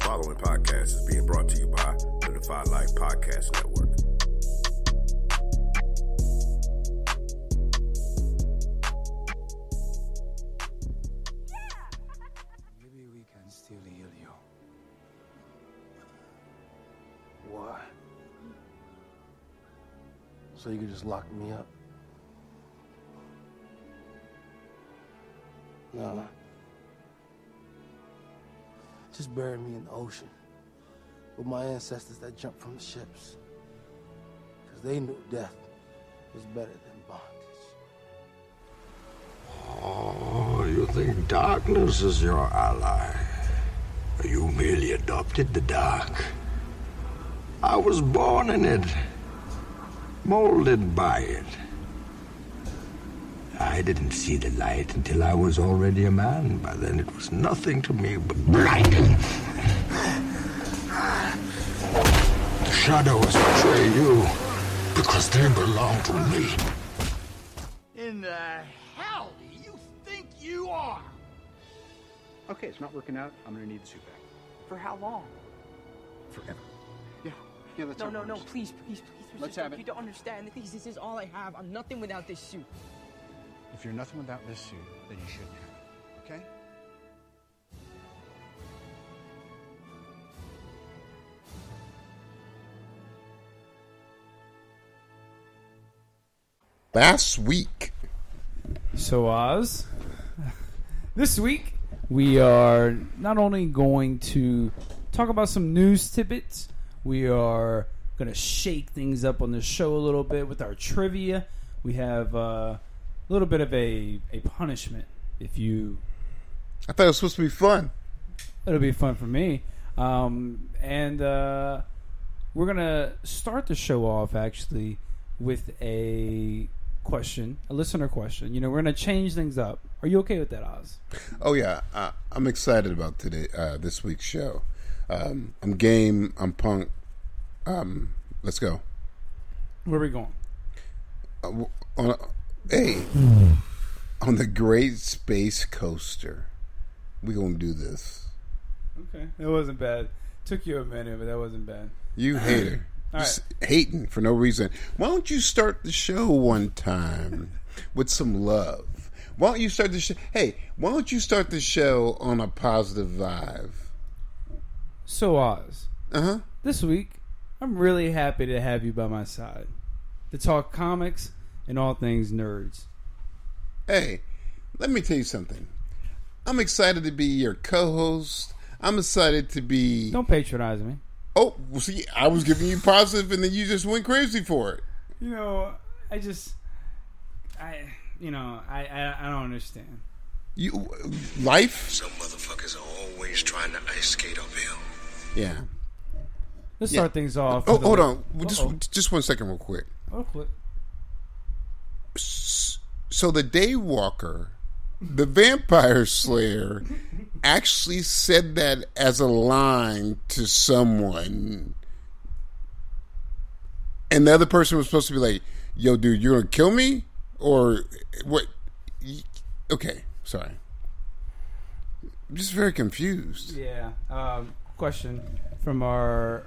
following podcast is being brought to you by the Defy Life Podcast Network. Maybe we can still heal you. Why? So you could just lock me up? No. Just bury me in the ocean with my ancestors that jumped from the ships. Because they knew death was better than bondage. Oh, you think darkness is your ally? You merely adopted the dark. I was born in it, molded by it. I didn't see the light until I was already a man. By then, it was nothing to me but blight. The shadows betray you because they belong to me. In the hell do you think you are? Okay, it's not working out. I'm gonna need the suit back For how long? forever. Yeah, yeah, that's No, how it no, no, works. please, please, please. Mr. Let's Stark, have it. You don't understand. This this is all I have. I'm nothing without this suit. If you're nothing without this suit, then you shouldn't have it. Okay? Last week, So, Oz, this week we are not only going to talk about some news tidbits, we are going to shake things up on the show a little bit with our trivia. We have uh, a little bit of a, a punishment if you. I thought it was supposed to be fun. It'll be fun for me. Um, and uh, we're going to start the show off actually with a question, a listener question. You know, we're going to change things up. Are you okay with that, Oz? Oh yeah, I, I'm excited about today uh, this week's show. Um, I'm game. I'm punk. Um, let's go. Where are we going? Uh, w- on a- hey, on the Great Space Coaster, we gonna do this. Okay, that wasn't bad. Took you a minute, but that wasn't bad. You hater, All Just hating for no reason. Why don't you start the show one time with some love? Why don't you start the show? Hey, why don't you start the show on a positive vibe? So Oz, Uh huh. this week I'm really happy to have you by my side to talk comics and all things nerds. Hey, let me tell you something. I'm excited to be your co-host. I'm excited to be. Don't patronize me. Oh, well, see, I was giving you positive, and then you just went crazy for it. You know, I just, I, you know, I, I, I don't understand. You life? Some motherfuckers are always trying to ice skate uphill. Yeah. Let's Yeah. start things off. Oh, with a- hold on. Well, Uh-oh. Just just one second, real quick. Oh, what- So the Daywalker, the Vampire Slayer, actually said that as a line to someone, and the other person was supposed to be like, "Yo, dude, you're gonna kill me," or what? Y- Okay, sorry. I'm just very confused. Yeah. Um, question from our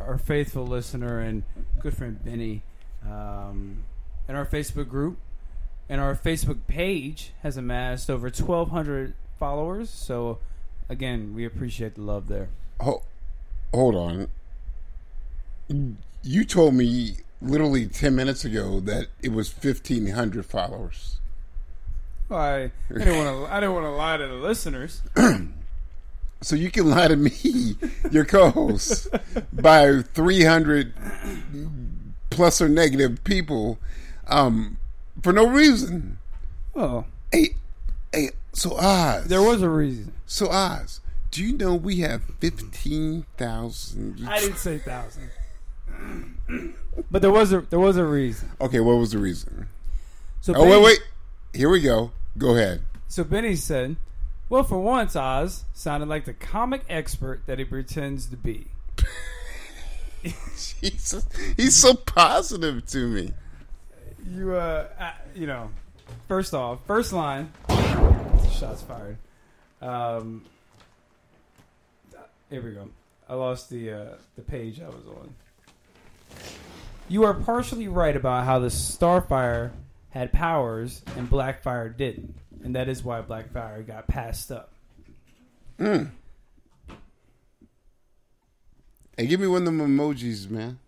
our faithful listener and good friend Benny, um, in our Facebook group, and our Facebook page has amassed over twelve hundred followers. So, again, we appreciate the love there. Ho- hold on. You told me literally ten minutes ago that it was fifteen hundred followers. I, I didn't want to. I didn't want to lie to the listeners. So you can lie to me, your co-host, by three hundred plus or negative people um, for no reason. Well, Hey, hey. So Oz, there was a reason. so Oz. Do you know we have fifteen thousand? I didn't say thousand, but there was a there was a reason. Okay, what was the reason? So Oh wait, Benny- wait. Here we go. Go ahead. So Benny said, "Well, for once, Oz sounded like the comic expert that he pretends to be." Jesus, he's so positive to me. You, uh, uh you know, first off, first line, shots fired. Um, here we go. I lost the uh, the page I was on. You are partially right about how the Starfire had powers and Blackfire didn't, and that is why Blackfire got passed up. Hey, give me one of them emojis, man,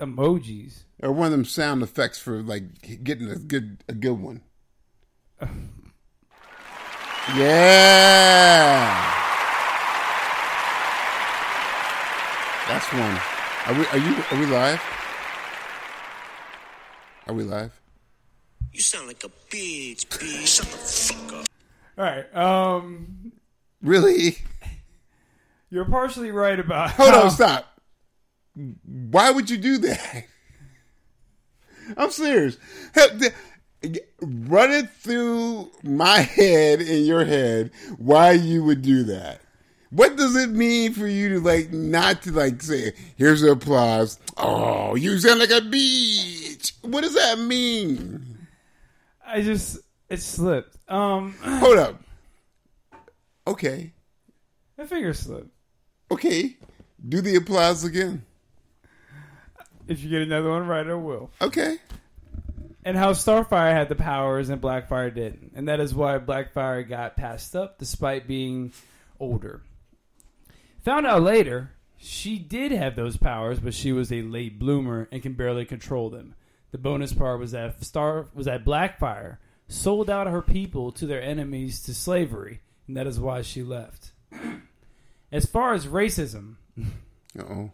Emojis. or one of them sound effects for like getting a good a good one. yeah, that's one. Are we? Are you? Are we live? Are we live? You sound like a bitch, bitch. Shut the fuck up. All right. Um, Really? you're partially right about. Hold on, stop. Why would you do that? I'm serious. Hell, th- Run it through my head and your head why you would do that. What does it mean for you to like not to like say, here's the applause. Oh, you sound like a beach. What does that mean? I just it slipped. Um, Hold up. Okay. I figure it slipped. Okay. Do the applause again. If you get another one right, I will. Okay. and how Starfire had the powers and Blackfire didn't. And that is why Blackfire got passed up despite being older. Found out later, she did have those powers, but she was a late bloomer and can barely control them. The bonus part was that Star was that Blackfire sold out her people to their enemies to slavery, and that is why she left. As far as racism, Uh oh.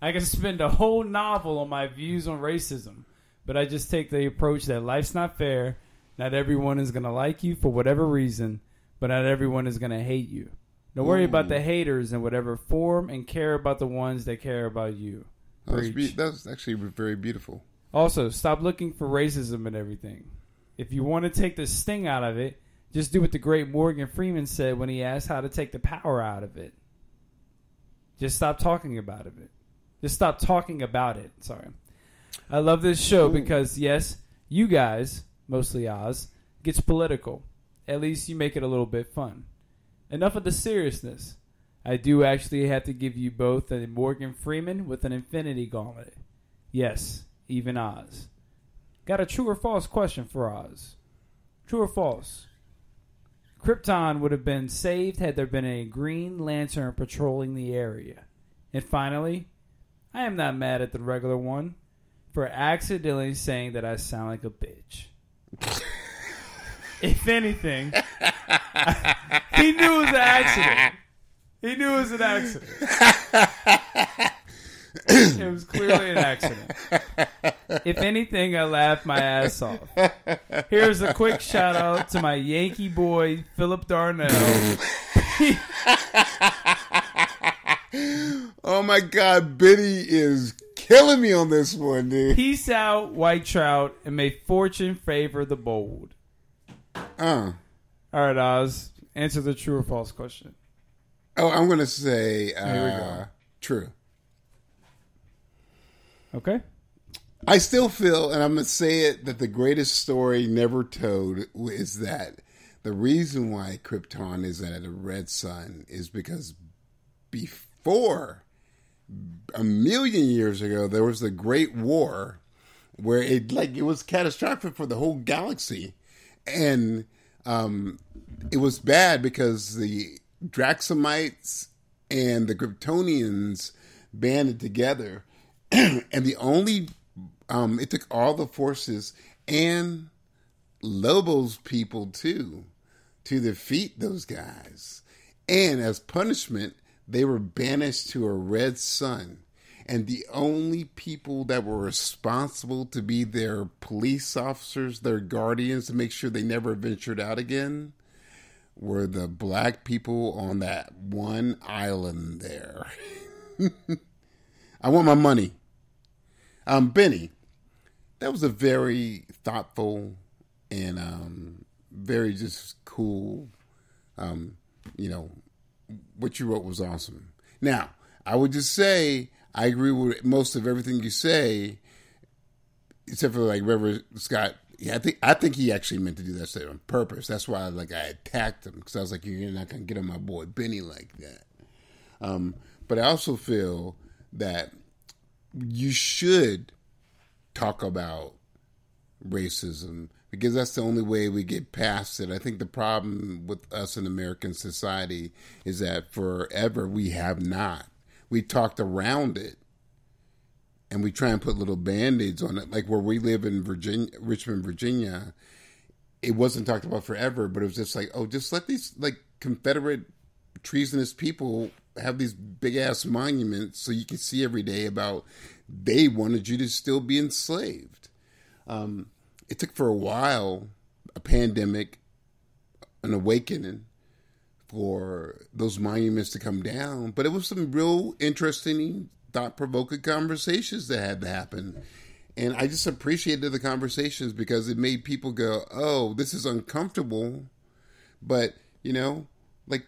I can spend a whole novel on my views on racism, but I just take the approach that life's not fair. Not everyone is going to like you for whatever reason, but not everyone is going to hate you. Don't worry about the haters in whatever form and care about the ones that care about you. That was, be- Preach. that was actually very beautiful. Also, stop looking for racism and everything. If you want to take the sting out of it, just do what the great Morgan Freeman said when he asked how to take the power out of it. Just stop talking about it. Just stop talking about it. Sorry. I love this show because yes, you guys, mostly Oz, gets political. At least you make it a little bit fun. Enough of the seriousness. I do actually have to give you both a Morgan Freeman with an infinity gauntlet. Yes, even Oz. Got a true or false question for Oz. True or false? Krypton would have been saved had there been a Green Lantern patrolling the area. And finally, I am not mad at the regular one for accidentally saying that I sound like a bitch. if anything, he knew it was an accident. He knew it was an accident. it was clearly an accident. If anything, I laughed my ass off. Here's a quick shout out to my Yankee boy, Philip Darnell. Oh my God, Biddy is killing me on this one, dude. Peace out, White Trout, and may fortune favor the bold. Uh, All right, Oz, answer the true or false question. oh, I'm gonna say uh, we go. true. Okay? I still feel, and I'm gonna say it, that the greatest story never told is that the reason why Krypton is at a red sun is because before a million years ago there was the Great War, where it like it was catastrophic for the whole galaxy, and um, it was bad because the Draxamites and the Kryptonians banded together, and the only um, it took all the forces and Lobo's people too to defeat those guys. And as punishment, they were banished to a red sun. And the only people that were responsible to be their police officers, their guardians, to make sure they never ventured out again, were the black people on that one island there. I want my money. Um, Benny, that was a very thoughtful and um, very just cool. Um, you know, what you wrote was awesome. Now, I would just say I agree with most of everything you say, except for like Reverend Scott. Yeah, I think I think he actually meant to do that shit on purpose. That's why like I attacked him because I was like, you're not gonna get on my boy Benny like that. Um, But I also feel that you should talk about racism because that's the only way we get past it. I think the problem with us in American society is that forever we have not. We talked around it and we try and put little band-aids on it like where we live in virginia richmond virginia it wasn't talked about forever but it was just like oh just let these like confederate treasonous people have these big ass monuments so you can see every day about they wanted you to still be enslaved um, it took for a while a pandemic an awakening for those monuments to come down. But it was some real interesting, thought provoking conversations that had to happen. And I just appreciated the conversations because it made people go, oh, this is uncomfortable. But, you know, like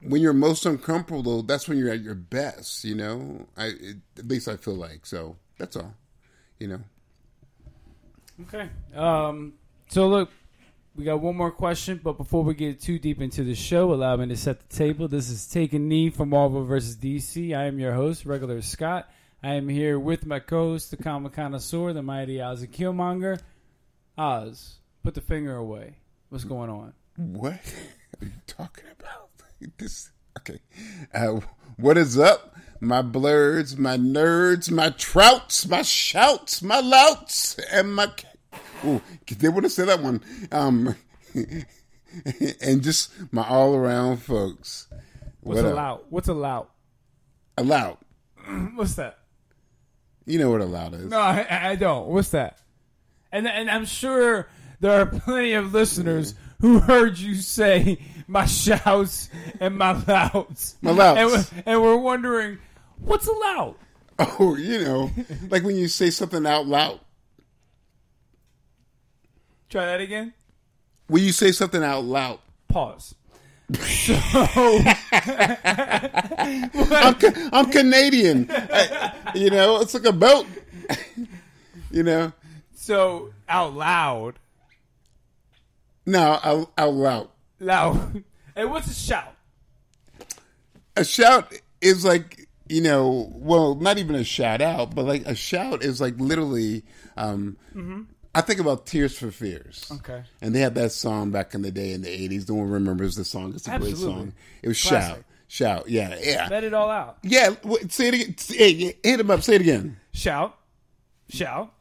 when you're most uncomfortable, that's when you're at your best, you know? I it, At least I feel like. So that's all, you know? Okay. Um, so look, we got one more question, but before we get too deep into the show, allow me to set the table. This is Take a Knee from Marvel vs. DC. I am your host, Regular Scott. I am here with my co-host, the comic connoisseur, the mighty Ozzy Killmonger. Oz, put the finger away. What's going on? What are you talking about? This okay. Uh, what is up, my blurs, my nerds, my trouts, my shouts, my louts, and my ca- ooh, they would have said that one. Um, and just my all around folks. What's What a lout? What's a lout? A loud. What's that? You know what a loud is. No, I, I- I don't. What's that? And and I'm sure there are plenty of listeners who heard you say my shouts and my louts, My louts. and, we're- and we're wondering what's a lout. Oh, you know, like when you say something out loud. Try that again. When you say something out loud. Pause. So I'm, Ca- I'm Canadian. I- you know, it's like a boat. you know, so out loud, no, out, out loud. loud. And what's a shout? A shout is like, you know, well, not even a shout out, but like a shout is like literally. Um, I think about Tears for Fears. Mm-hmm. Okay. And they had that song back in the day in the 80s. No one remembers the song. It's a Absolutely. great song. It was Classic. Shout. Shout. Yeah. Yeah. Let it all out. yeah. wait, Say it again. Say- yeah, Hit him up. Say it again. Shout, shout.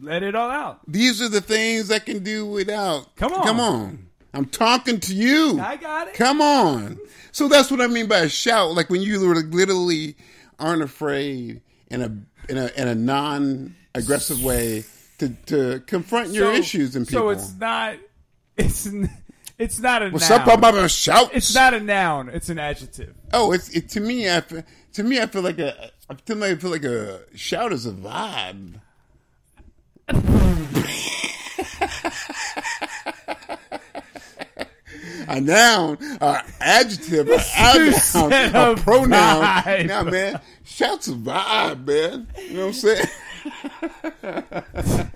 Let it all out. These are the things I can do without. Come on. Come on. I'm talking to you. I got it. Come on. So that's what I mean by a shout. Like when you literally aren't afraid in a in a in a non aggressive way to, to confront your So- issues and people. So it's not. It's n- it's not a What's noun. up, I'm about to shout? It's not a noun. It's an adjective. Oh, it's it, to me. I feel, to me, I feel like a. I- To me, I feel like a shout is a vibe. a noun, a adjective, a said adnoun, a, a pronoun. vibe. Now, man, shouts a vibe, man. You know what I'm saying?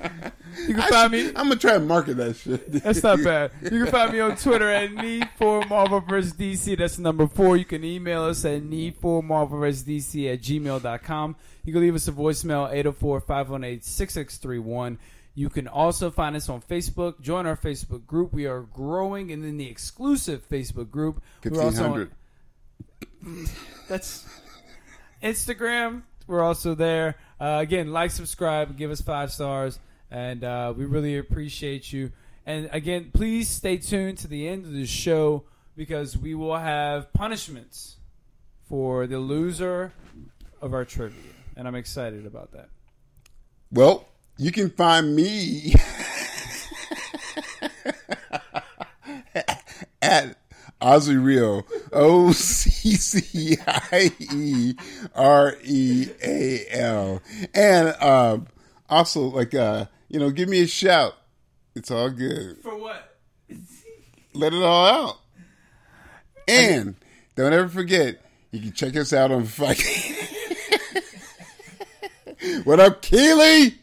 You can find me. I'm gonna try and market that shit. That's not bad. You can find me on Twitter at need for Marvel vs. DC. That's the number four. You can email us at need for Marvel vs. DC at gmail.com. You can leave us a voicemail 804 518 6631. You can also find us on Facebook. Join our Facebook group. We are growing, and then the exclusive Facebook group. We're Fifteen also on- hundred. That's Instagram. We're also there. Uh, again, like, subscribe, give us five stars, and uh, we really appreciate you. And again, please stay tuned to the end of the show because we will have punishments for the loser of our trivia, and I'm excited about that. Well, you can find me at Ozzy Rio, O C C I E R E A L. And um, also, like, uh, you know, give me a shout. It's all good. For what? Let it all out. And don't ever forget, you can check us out on Fight. what up, Keely?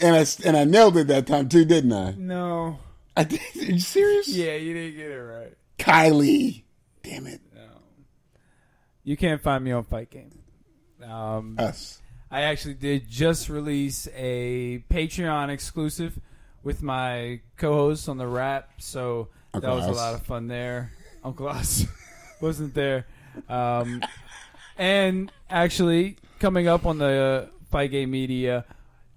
And I and I nailed it that time too, didn't I? No. I did. Are you serious? Yeah, you didn't get it right. Kylie. Damn it. No. You can't find me on Fight Game. Um, Us. I actually did just release a Patreon exclusive with my co-host on the rap, so Uncle that was Oz. a lot of fun there. Uncle Oz wasn't there, um, and actually coming up on the Fight Game Media,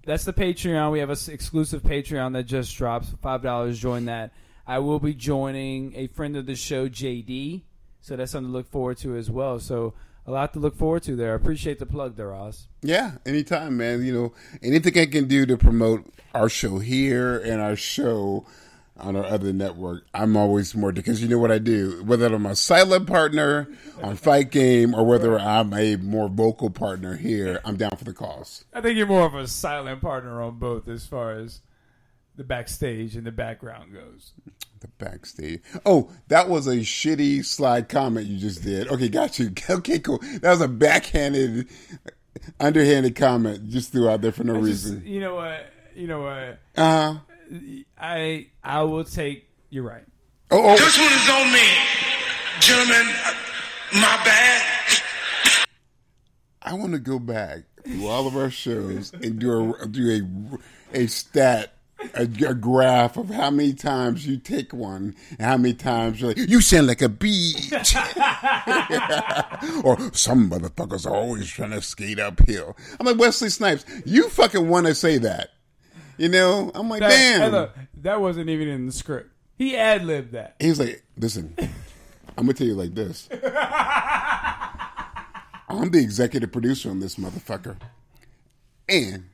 that's the Patreon. We have an exclusive Patreon that just drops five dollars. Join that. I will be joining a friend of the show, JD. So that's something to look forward to as well. So a lot to look forward to there. I appreciate the plug there, Oz. Yeah, anytime, man. You know, anything I can do to promote our show here and our show on our other network, I'm always more because you know what I do. Whether I'm a silent partner on Fight Game or whether I'm a more vocal partner here, I'm down for the cause. I think you're more of a silent partner on both as far as the backstage and the background goes. The backstage. Oh, that was a shitty slide comment you just did. Okay, got you. Okay, cool. That was a backhanded, underhanded comment you just threw out there for no Just, reason. you know what? You know what? Uh huh. I I will take. You're right. Oh, oh. This one is on me. Gentlemen, my bad. I want to go back through all of our shows and do a do a a stat. A, a graph of how many times you take one and how many times you're like, you sound like a beach. or some motherfuckers are always trying to skate uphill. I'm like, Wesley Snipes, you fucking want to say that. You know? I'm like, That, damn. and look, that wasn't even in the script. He ad libbed that. He was like, listen, I'm going to tell you like this. I'm the executive producer on this motherfucker. And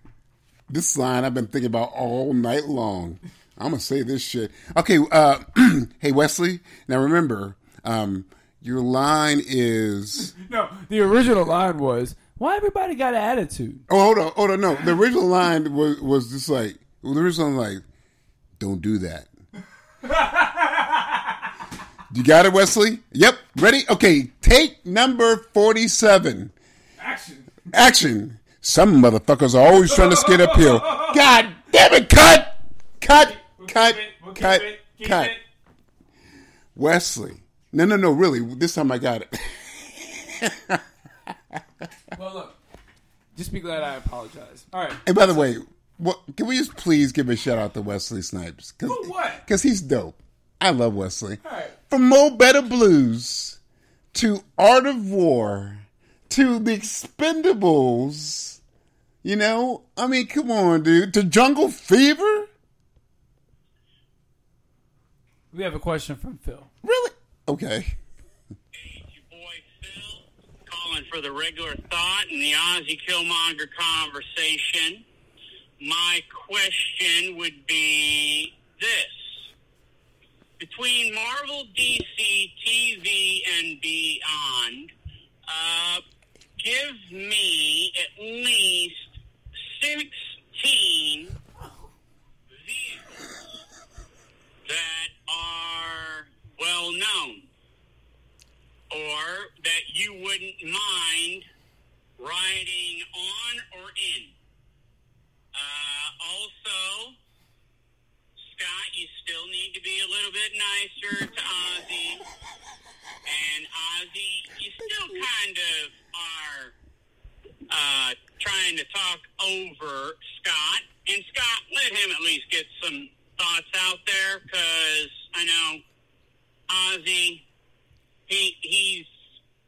this line I've been thinking about all night long. I'm going to say this shit. Okay, uh, hey, Wesley, now remember, um, your line is. No, the original line was, "Why everybody got an attitude?" Oh, hold on, hold on. No, the original line was was just like the original line, like, "Don't do that." you got it, Wesley. Yep. Ready? Okay. Take number forty-seven. Action. Action. Some motherfuckers are always trying to skid uphill. God damn it! Cut. Cut. Cut. Cut. Cut. Wesley. No, no, no. Really, this time I got it. Well, look, just be glad I apologize. All right, And by the way, what, can we just please give a shout out to Wesley Snipes? Cause, For what? Because he's dope. I love Wesley. all right. From Mo Better Blues to Art of War to The Expendables, you know? I mean, come on, dude. To Jungle Fever? We have a question from Phil. Really? Okay. Your boy Phil calling for the regular thought and the Ozzy Killmonger conversation. My question would be this between Marvel, DC, TV, and beyond, uh, give me at least 16 vehicles that are well known or that you wouldn't mind riding on or in. Uh, also, Scott, you still need to be a little bit nicer to Ozzy. And Ozzy, you still kind of are uh, trying to talk over Scott. And Scott, let him at least get some thoughts out there because I know Ozzy, he, he's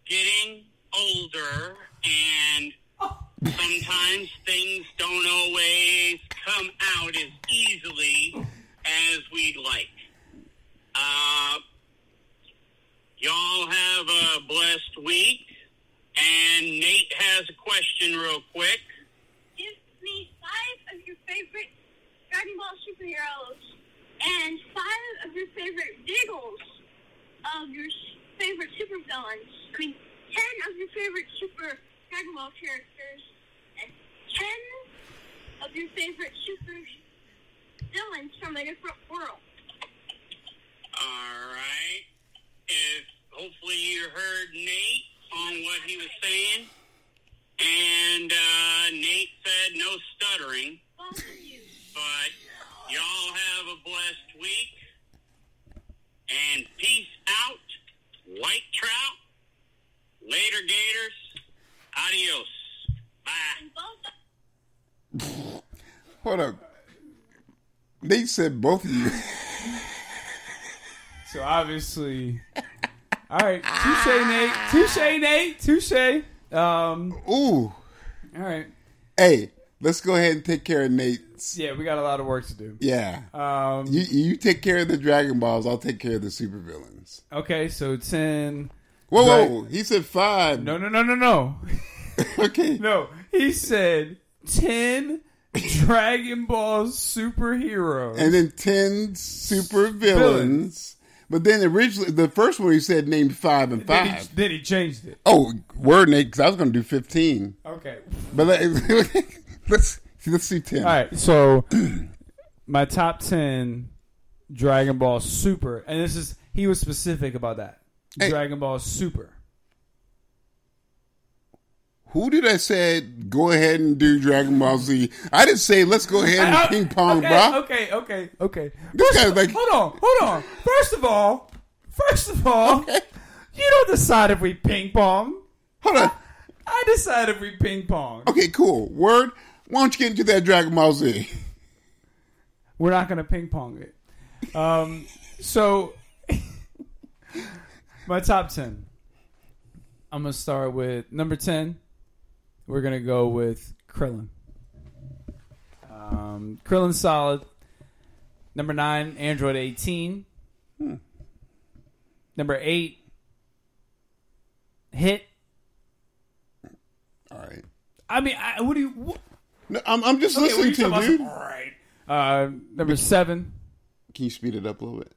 getting older and sometimes things don't always come out as easily as we'd like. Uh, y'all have a blessed week. And Nate has a question, real quick. give me five of your favorite Dragon Ball superheroes and five of your favorite giggles of your s- favorite supervillains. I mean, ten of your favorite super Dragon Ball characters and ten of your favorite super villains from a different world. All right. If hopefully you heard Nate on what he was saying, and uh, Nate said no stuttering, Both of you. but y'all have a blessed week and peace out, white trout. Later, Gator. Adios. Hold up. They said both of you. So obviously, all right, touche, Nate, touche, Nate, touche. Um, ooh, all right, Hey, let's go ahead and take care of Nate. yeah, we got a lot of work to do. Yeah. Um, you you take care of the Dragon Balls. I'll take care of the supervillains. Okay, so ten. Whoa, whoa! He said five. No, no, no, no, no. okay. No, he said ten Dragon Ball superheroes. And then ten supervillains. villains. But then originally, the first one he said named five and Then he, five. then he changed it. Oh, word, Nate, because I was going to do fifteen. Okay. But let, let's let's do ten. All right, so my top ten Dragon Ball Super, and this is he was specific about that. Dragon Ball Super. Who did I said go ahead and do Dragon Ball Z? I didn't say let's go ahead and Uh, ping pong, okay, bro. Okay, okay, okay. This guy's like, Hold on, hold on. First of all, first of all, you don't decide if we ping pong. Hold on. I decide if we ping pong. okay, cool. Word. Why don't you get into that Dragon Ball Z? We're not gonna ping pong it. Um, so my top ten. I'm gonna start with number ten. We're gonna go with Krillin. Um, Krillin solid. Number nine, Android 18. Hmm. Number eight, Hit. All right. I mean, I, what do you? What? No, I'm, I'm just Okay, listening what to are you, you talking dude. about? Uh, number seven. Can you speed it up a little bit?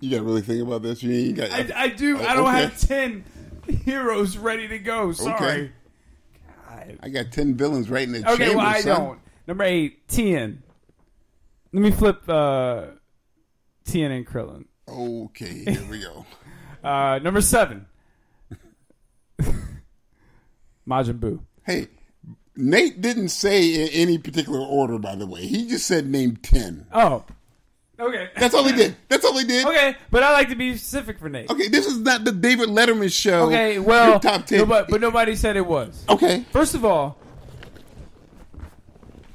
You got to really think about this. You ain't got. I, I do. Oh, I don't okay. have ten heroes ready to go. Sorry. Okay. I got ten villains right in the Okay, chamber. well I son. don't. Number eight, Tien. Let me flip uh, Tien and Krillin. Okay, here we go. Uh, number seven, Majin Buu. Hey, Nate didn't say in any particular order, by the way. He just said name ten. Oh, okay. That's all he did. That's all he did. Okay, but I like to be specific for Nate. Okay, this is not the David Letterman show. Okay, well, Your top ten. no, but, but nobody said it was. Okay. First of all,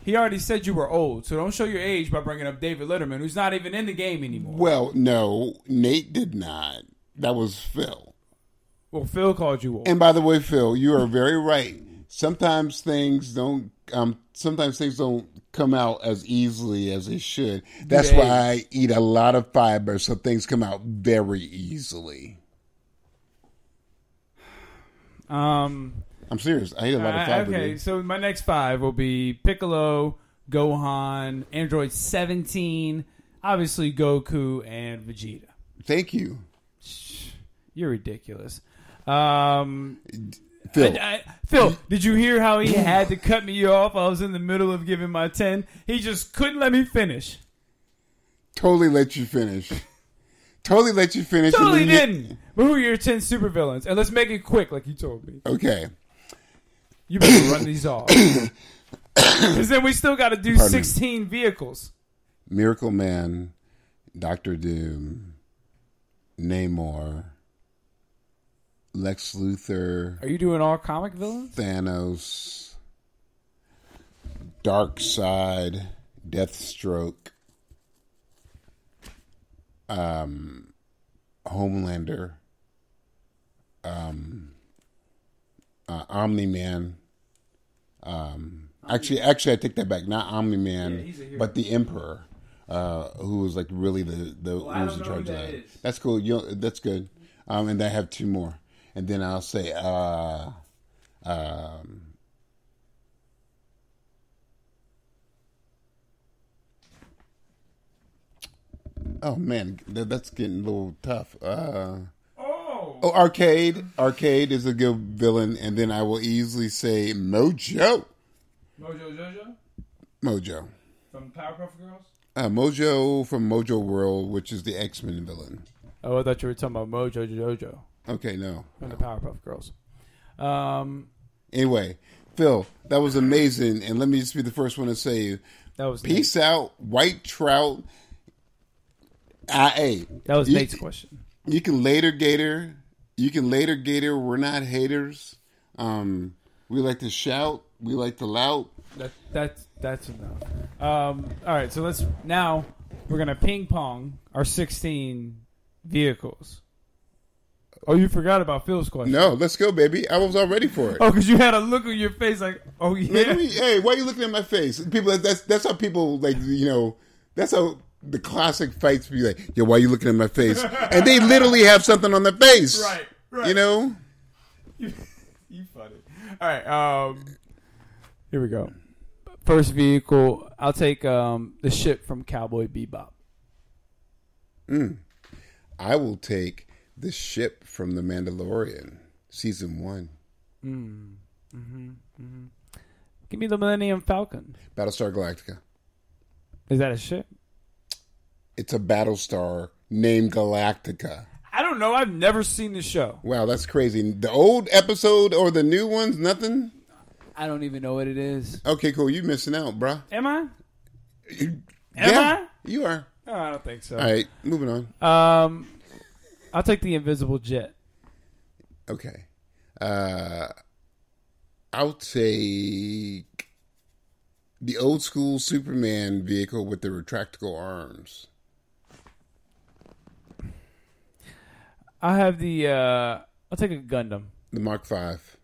he already said you were old, so don't show your age by bringing up David Letterman, who's not even in the game anymore. well, no, Nate did not. That was Phil. Well, Phil called you old. And by the way, Phil, you are very right. Sometimes things don't. Um, sometimes things don't come out as easily as they should. That's They- why I eat a lot of fiber, so things come out very easily. Um, I'm serious. I eat a lot of I- fiber. Ah, okay, dude. so my next five will be Piccolo, Gohan, Android 17, obviously Goku, and Vegeta. Thank you. You're ridiculous. Um, Phil. I- I- Phil, did you hear how he had to cut me off? I was in the middle of giving my 10. He just couldn't let me finish. Totally let you finish. totally let you finish. and Totally then you- didn't. But who are your 10 supervillains? And let's make it quick, like you told me. Okay. You better run these off. Because then we still got to do Pardon me. 16 vehicles. Miracle Man, Doctor Doom, Namor, Lex Luthor, Are you doing all comic villains? Thanos, Dark Side, Deathstroke, um, Homelander, um, uh, Omni Man. Um, actually, actually, I take that back. Not Omni Man, he's a hero. but the Emperor, uh, who was like really the the Well, I who was in don't know who charge of that that. is. That's cool. You that's good. Um, and I have two more, and then I'll say, uh, um, oh man, that, that's getting a little tough. Uh, oh, oh, arcade, arcade is a good villain, and then I will easily say Mojo, Mojo Jojo Mojo. from Powerpuff Girls? Uh, Mojo from Mojo World, which is the X Men villain. Oh, I thought you were talking about Mojo Jojo Okay, no. from the Powerpuff Girls. Um, Anyway, Phil, that was amazing, and let me just be the first one to say, That was peace out, white trout. I hey, that was you- Nate's question. You can later Gator. You can later Gator. We're not haters. Um, We like to shout. We like to lout. That that's that's enough. Um, all right, so let's now we're gonna ping pong our sixteen vehicles. Oh, you forgot about Phil's question. No, let's go, baby. I was all ready for it. Oh, because you had a look on your face like, oh yeah. Man, we- hey, why are you looking at my face? People, that's that's how people like you know. That's how the classic fights be like. Yo, why are you looking at my face? And they literally have something on their face. Right, right. You know. You funny. All right. Um, here we go. First vehicle, I'll take um, the ship from Cowboy Bebop. Mm. I will take the ship from The Mandalorian, season one, Mm. Mm-hmm. Mm-hmm. Give me the Millennium Falcon. Battlestar Galactica. Is that a ship? It's a Battlestar named Galactica. I don't know. I've never seen the show. Wow, that's crazy. The old episode or the new ones, nothing. I don't even know what it is. Okay, cool. You missing out, bruh. Am I? Am Yeah, you are. I? No, I don't think so. All right, moving on. Um, I'll take the Invisible Jet. Okay. Uh I'll take the old school Superman vehicle with the retractable arms. I have the. Uh, I'll take a Gundam. The Mark Five.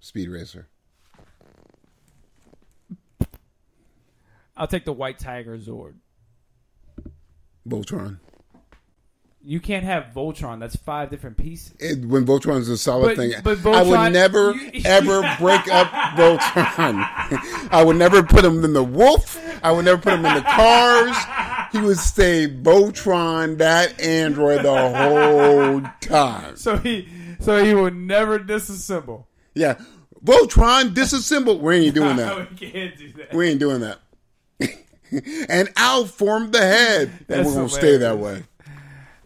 Speed Racer. I'll take the White Tiger Zord. Voltron. You can't have Voltron. That's five different pieces. It, when Voltron is a solid But- thing, but I would Voltron- never you- ever break up Voltron. I would never put him in the wolf. I would never put him in the cars. He would stay Voltron, that android, the whole time. So he, so he will never disassemble. Yeah, Voltron disassembled. We ain't doing that. we can't do that. We ain't doing that. and I'll form the head, and That's we're gonna stay that way. hilarious.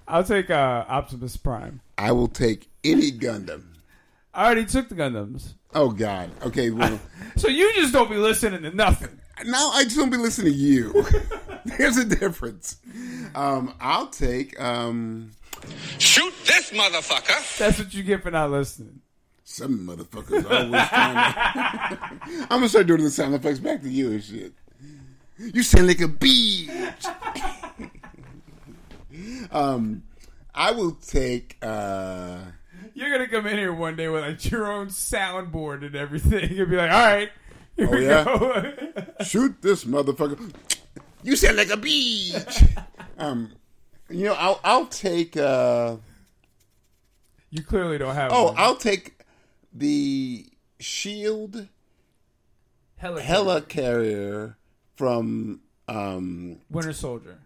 I'll take uh, Optimus Prime. I will take any Gundam. I already took the Gundams. Oh God. Okay. Well, So you just don't be listening to nothing. now I just don't be listening to you. There's a difference. Um, I'll take um, Shoot this motherfucker! That's what you get for not listening. some motherfuckers always. Trying to... I'm gonna start doing the sound effects back to you and shit. You sound like a bitch. um, I will take. Uh, You're gonna come in here one day with like your own soundboard and everything. You'll be like, all right, here Oh, we yeah? go. shoot this motherfucker. You sound like a bitch. um, you know, I'll I'll take. Uh, you clearly don't have. Oh, one. I'll take the shield Hella- helicarrier from um Winter Soldier.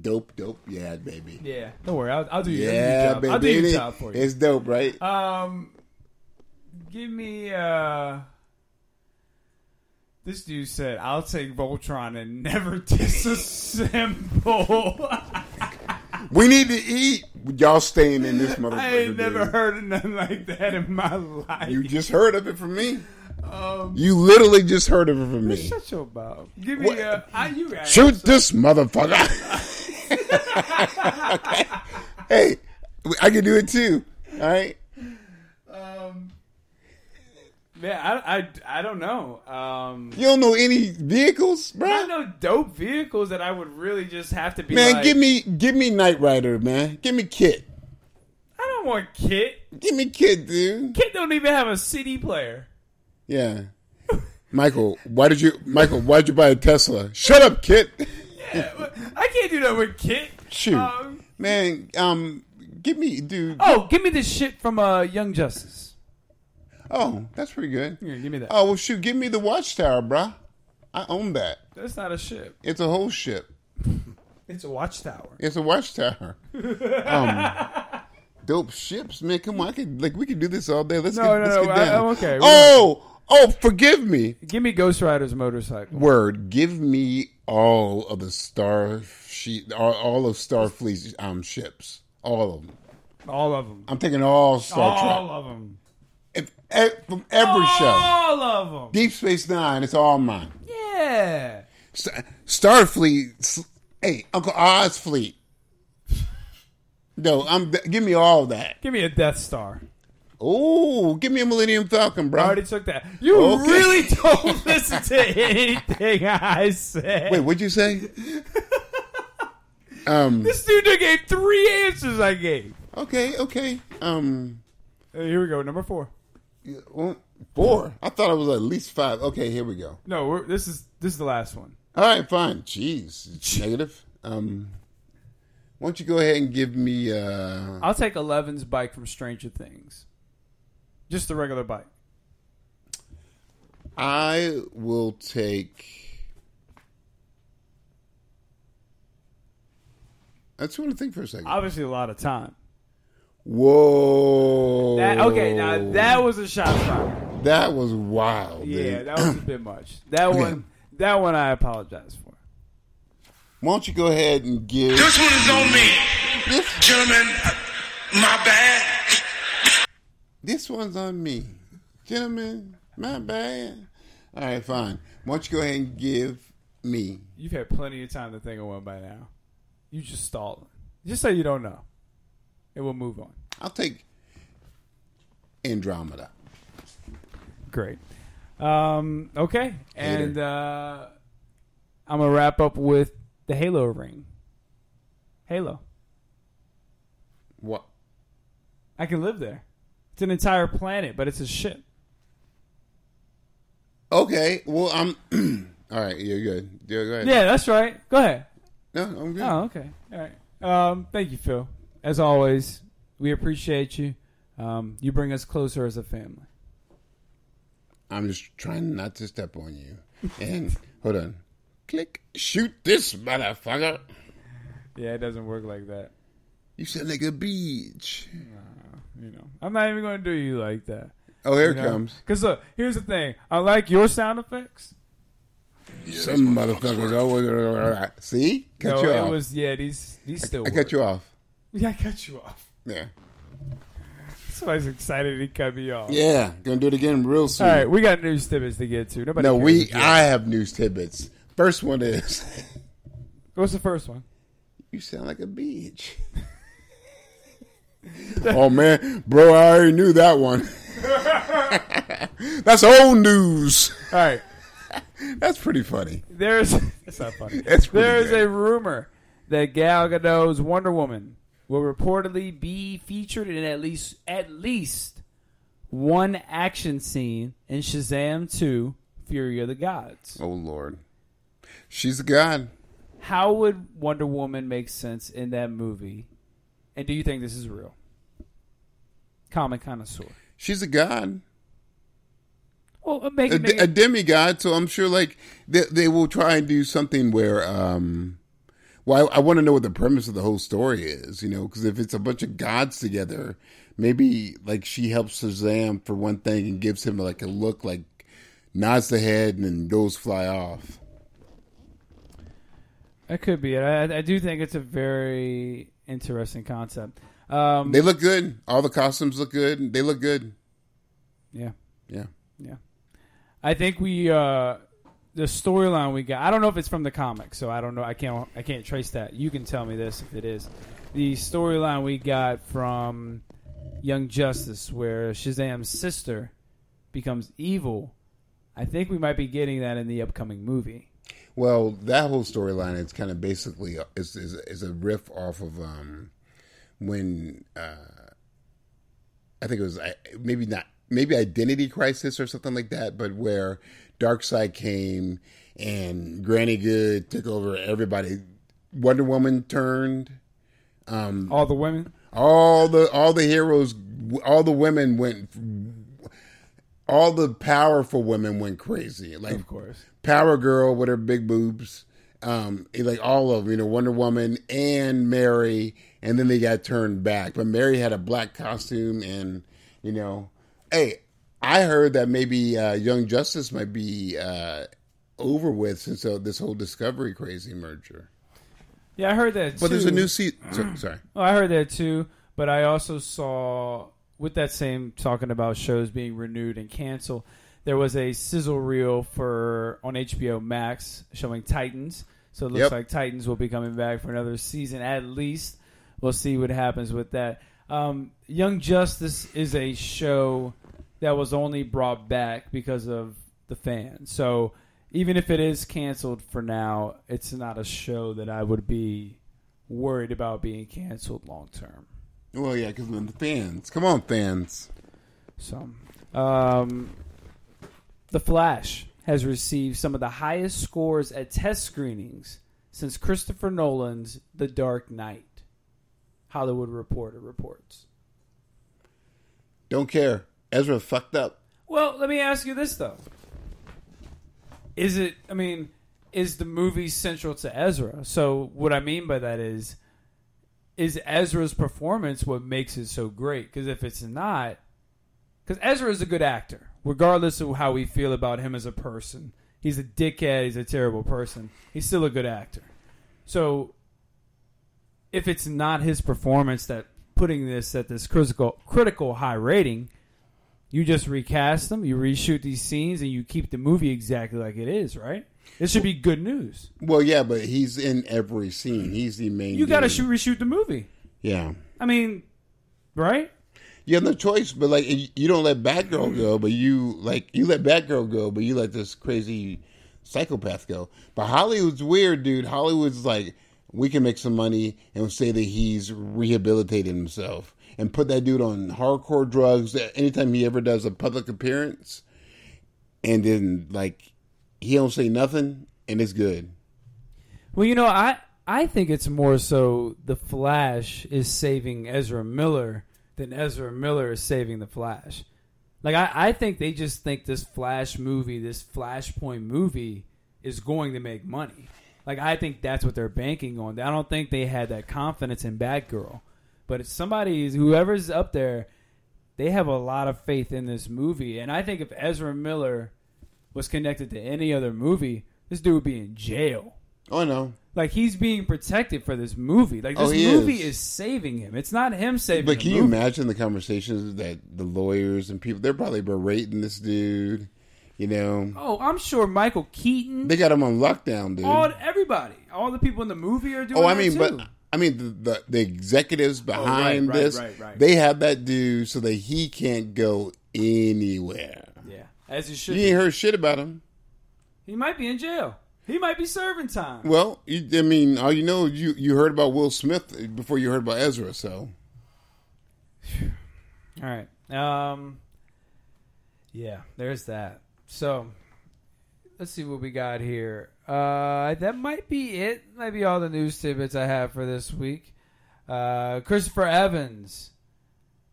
dope dope yeah baby Yeah, don't worry. I'll, I'll do your, yeah your job. baby I'll do your It- job for you. it's dope right Um, give me. uh This dude said, "I'll take Voltron and never disassemble." we need to eat y'all staying in this motherfucker I ain't never dude. heard of nothing like that in my life. you just heard of it from me um, you literally just heard of it from me shut your mouth. Give me What- uh I, you guys. shoot this motherfucker okay. hey I can do it too all right Um, man, I, I, I don't know. Um, you don't know any vehicles bro I know dope vehicles that I would really just have to be. Man, like, give me give me Knight Rider, man. Give me Kit. I don't want Kit. Give me Kit, dude. Kit don't even have a CD player. Yeah. Michael, why did you Michael, why'd you buy a Tesla? Shut up, Kit. I can't do that with Kit. Shoot. Um, Man, um give me dude oh, give me the shit from uh, Young Justice. Oh, that's pretty good. Here, give me that. Oh well shoot, give me the watchtower, bruh. I own that. That's not a ship. It's a whole ship. It's a watchtower. It's a watchtower. Um Dope ships, man. Come on, I could like we could do this all day. Let's No, get, no, let's no, get I- down. I'm okay. We're- Oh, oh, forgive me. Give me Ghost Rider's motorcycle. word give me all of the star sheet all, all of starfleet's um ships all of them All of them. i'm taking all star All Oh, trek of them. if, ev- from Oh. every show All of them. deep space nine it's all mine Yeah. Star- starfleet s- hey uncle oz fleet no i'm give me all that Give me a Death Star. Oh, give me a Millennium Falcon, bro. I already took that. You really don't listen to anything I say. Wait, what'd you say? um, This dude done gave three answers I gave. Uh, Okay, okay. Um, here we go. Number four. four. I thought it was at least five. Okay, here we go. No, we're, this is this is the last one. All right, fine. Jeez, it's negative. Um, why don't you go ahead and give me? Uh, I'll take Eleven's bike from Stranger Things. Just the regular bike. I will take. I just want to think for a second. Obviously, a lot of time. Whoa. That, okay, now that was a shot fired. That was wild. Yeah, dude. that was a bit much. That Okay. one, that one, I apologize for. Why don't you go ahead and give? This one is on me. Gentlemen, my bad. This one's on me, gentlemen. My bad. All right, fine. Why don't you go ahead and give me? You've had plenty of time to think of one by now. You just stalled. Just so you don't know, and we'll move on. I'll take Andromeda. Great. Um, okay, and uh, I'm gonna wrap up with the Halo ring. Halo. What? I can live there. It's an entire planet, but it's a ship. Okay. Well, I'm. all right. You're good. Yeah, go ahead. Yeah, that's right. Go ahead. No, I'm good. Oh, okay. All right. Um, thank you, Phil. As always, we appreciate you. Um, you bring us closer as a family. I'm just trying not to step on you. And hold on. Click. Shoot this motherfucker. Yeah, it doesn't work like that. You sound like a beach. You know, I'm not even going to do you like that. Oh, here it comes. Because look, here's the thing. I like your sound effects. Some motherfuckers always. See? Cut No, you it off. was yeah. These these still. I cut you off. Yeah, I cut you off. Yeah. So I was excited he cut me off. Yeah. Gonna do it again real soon. All right, we got news tidbits to get to. Nobody. no, cares we. if you- I have news tidbits. First one is What's the first one? you sound like a beach. oh man, bro, I already knew that one. That's old news. All right. That's pretty funny. There's that's not funny. That's pretty there is good. a rumor that Gal Gadot's Wonder Woman will reportedly be featured in at least at least one action scene in Shazam 2: Fury of the Gods. Oh Lord, she's a god. How would Wonder Woman make sense in that movie? And do you think this is real? Comic connoisseur. She's a god. Well, uh, make, a, make a demigod. So I'm sure like they, they will try and do something where, um, well, I, I want to know what the premise of the whole story is, you know, because if it's a bunch of gods together, maybe like she helps Shazam for one thing and gives him like a look, like nods the head and then those fly off. that could be it. I, I do think it's a very interesting concept. Um, They look good. All the costumes look good. They look good. Yeah. Yeah. Yeah. I think we uh the storyline we got I don't know if it's from the comic, so I don't know I can't I can't trace that. You can tell me this if it is. The storyline we got from Young Justice where Shazam's sister becomes evil. I think we might be getting that in the upcoming movie. Well, that whole storyline is kind of basically is, is is a riff off of um when uh I think it was I maybe not maybe Identity Crisis or something like that, but where Darkseid came and Granny Good took over everybody. Wonder Woman turned. Um, all the women, all the all the heroes, all the women went. All the powerful women went crazy. Like Of course. Power Girl with her big boobs. Um, it- like all of them, you know, Wonder Woman and Mary, and then they got turned back. But Mary had a black costume, and you know, hey, I heard that maybe uh, Young Justice might be uh, over with since uh, this whole Discovery crazy merger. Yeah, I heard that But there's a too. new seat. Sorry. Oh, I heard that too, but I also saw with that same talking about shows being renewed and canceled. There was a sizzle reel for on HBO Max showing Titans, so it looks Yep. like Titans will be coming back for another season at least. We'll see what happens with that. Um, Young Justice is a show that was only brought back because of the fans. So even if it is canceled for now, it's not a show that I would be worried about being canceled long term. Well, yeah, because the fans. Come on, fans. So, um, The Flash has received some of the highest scores at test screenings since Christopher Nolan's The Dark Knight. Hollywood Reporter reports. Don't care. Ezra fucked up. Well, let me ask you this though: Is it? I mean, is the movie central to Ezra? So what I mean by that is, is Ezra's performance what makes it so great? Because if it's not, because Ezra is a good actor, regardless of how we feel about him as a person. He's a dickhead. He's a terrible person. He's still a good actor. So, if it's not his performance that putting this at this critical critical high rating, you just recast them, you reshoot these scenes, and you keep the movie exactly like it is. Right? This should be good news. Well, yeah, but he's in every scene. He's the main. You got to dude. shoot reshoot the movie. Yeah. I mean, right? You have no choice, but like you you don't let Batgirl go, but you like you let Batgirl go, but you let this crazy psychopath go. But Hollywood's weird, dude. Hollywood's like we can make some money and say that he's rehabilitated himself and put that dude on hardcore drugs anytime he ever does a public appearance, and then like he don't say nothing and it's good. Well, you know, I I think it's more so the Flash is saving Ezra Miller than Ezra Miller is saving the Flash. Like I, I think they just think this Flash movie, this Flashpoint movie, is going to make money. Like I think that's what they're banking on. I don't think they had that confidence in Batgirl, but it's somebody's whoever's up there, they have a lot of faith in this movie. And I think if Ezra Miller was connected to any other movie, this dude would be in jail. Oh no. Like he's being protected for this movie. Like this Oh, he movie is. saving him. It's not him saving. But the can you movie. imagine the conversations that the lawyers and people they're probably berating this dude, you know. Oh, I'm sure Michael Keaton, They got him on lockdown, dude. all everybody, all the people in the movie are doing. oh, I that, mean, too. Oh, but I mean the the, the executives behind right, this, right, right. they have that dude so that he can't go anywhere. yeah, as you should. You ain't heard shit about him. He might be in jail. He might be serving time. Well, you, I mean, all you know, you you heard about Will Smith before you heard about Ezra, so All right. Um. Yeah, there's that. So, let's see what we got here. Uh, that might be it. Might be all the news tidbits I have for this week. Uh, Christopher Evans.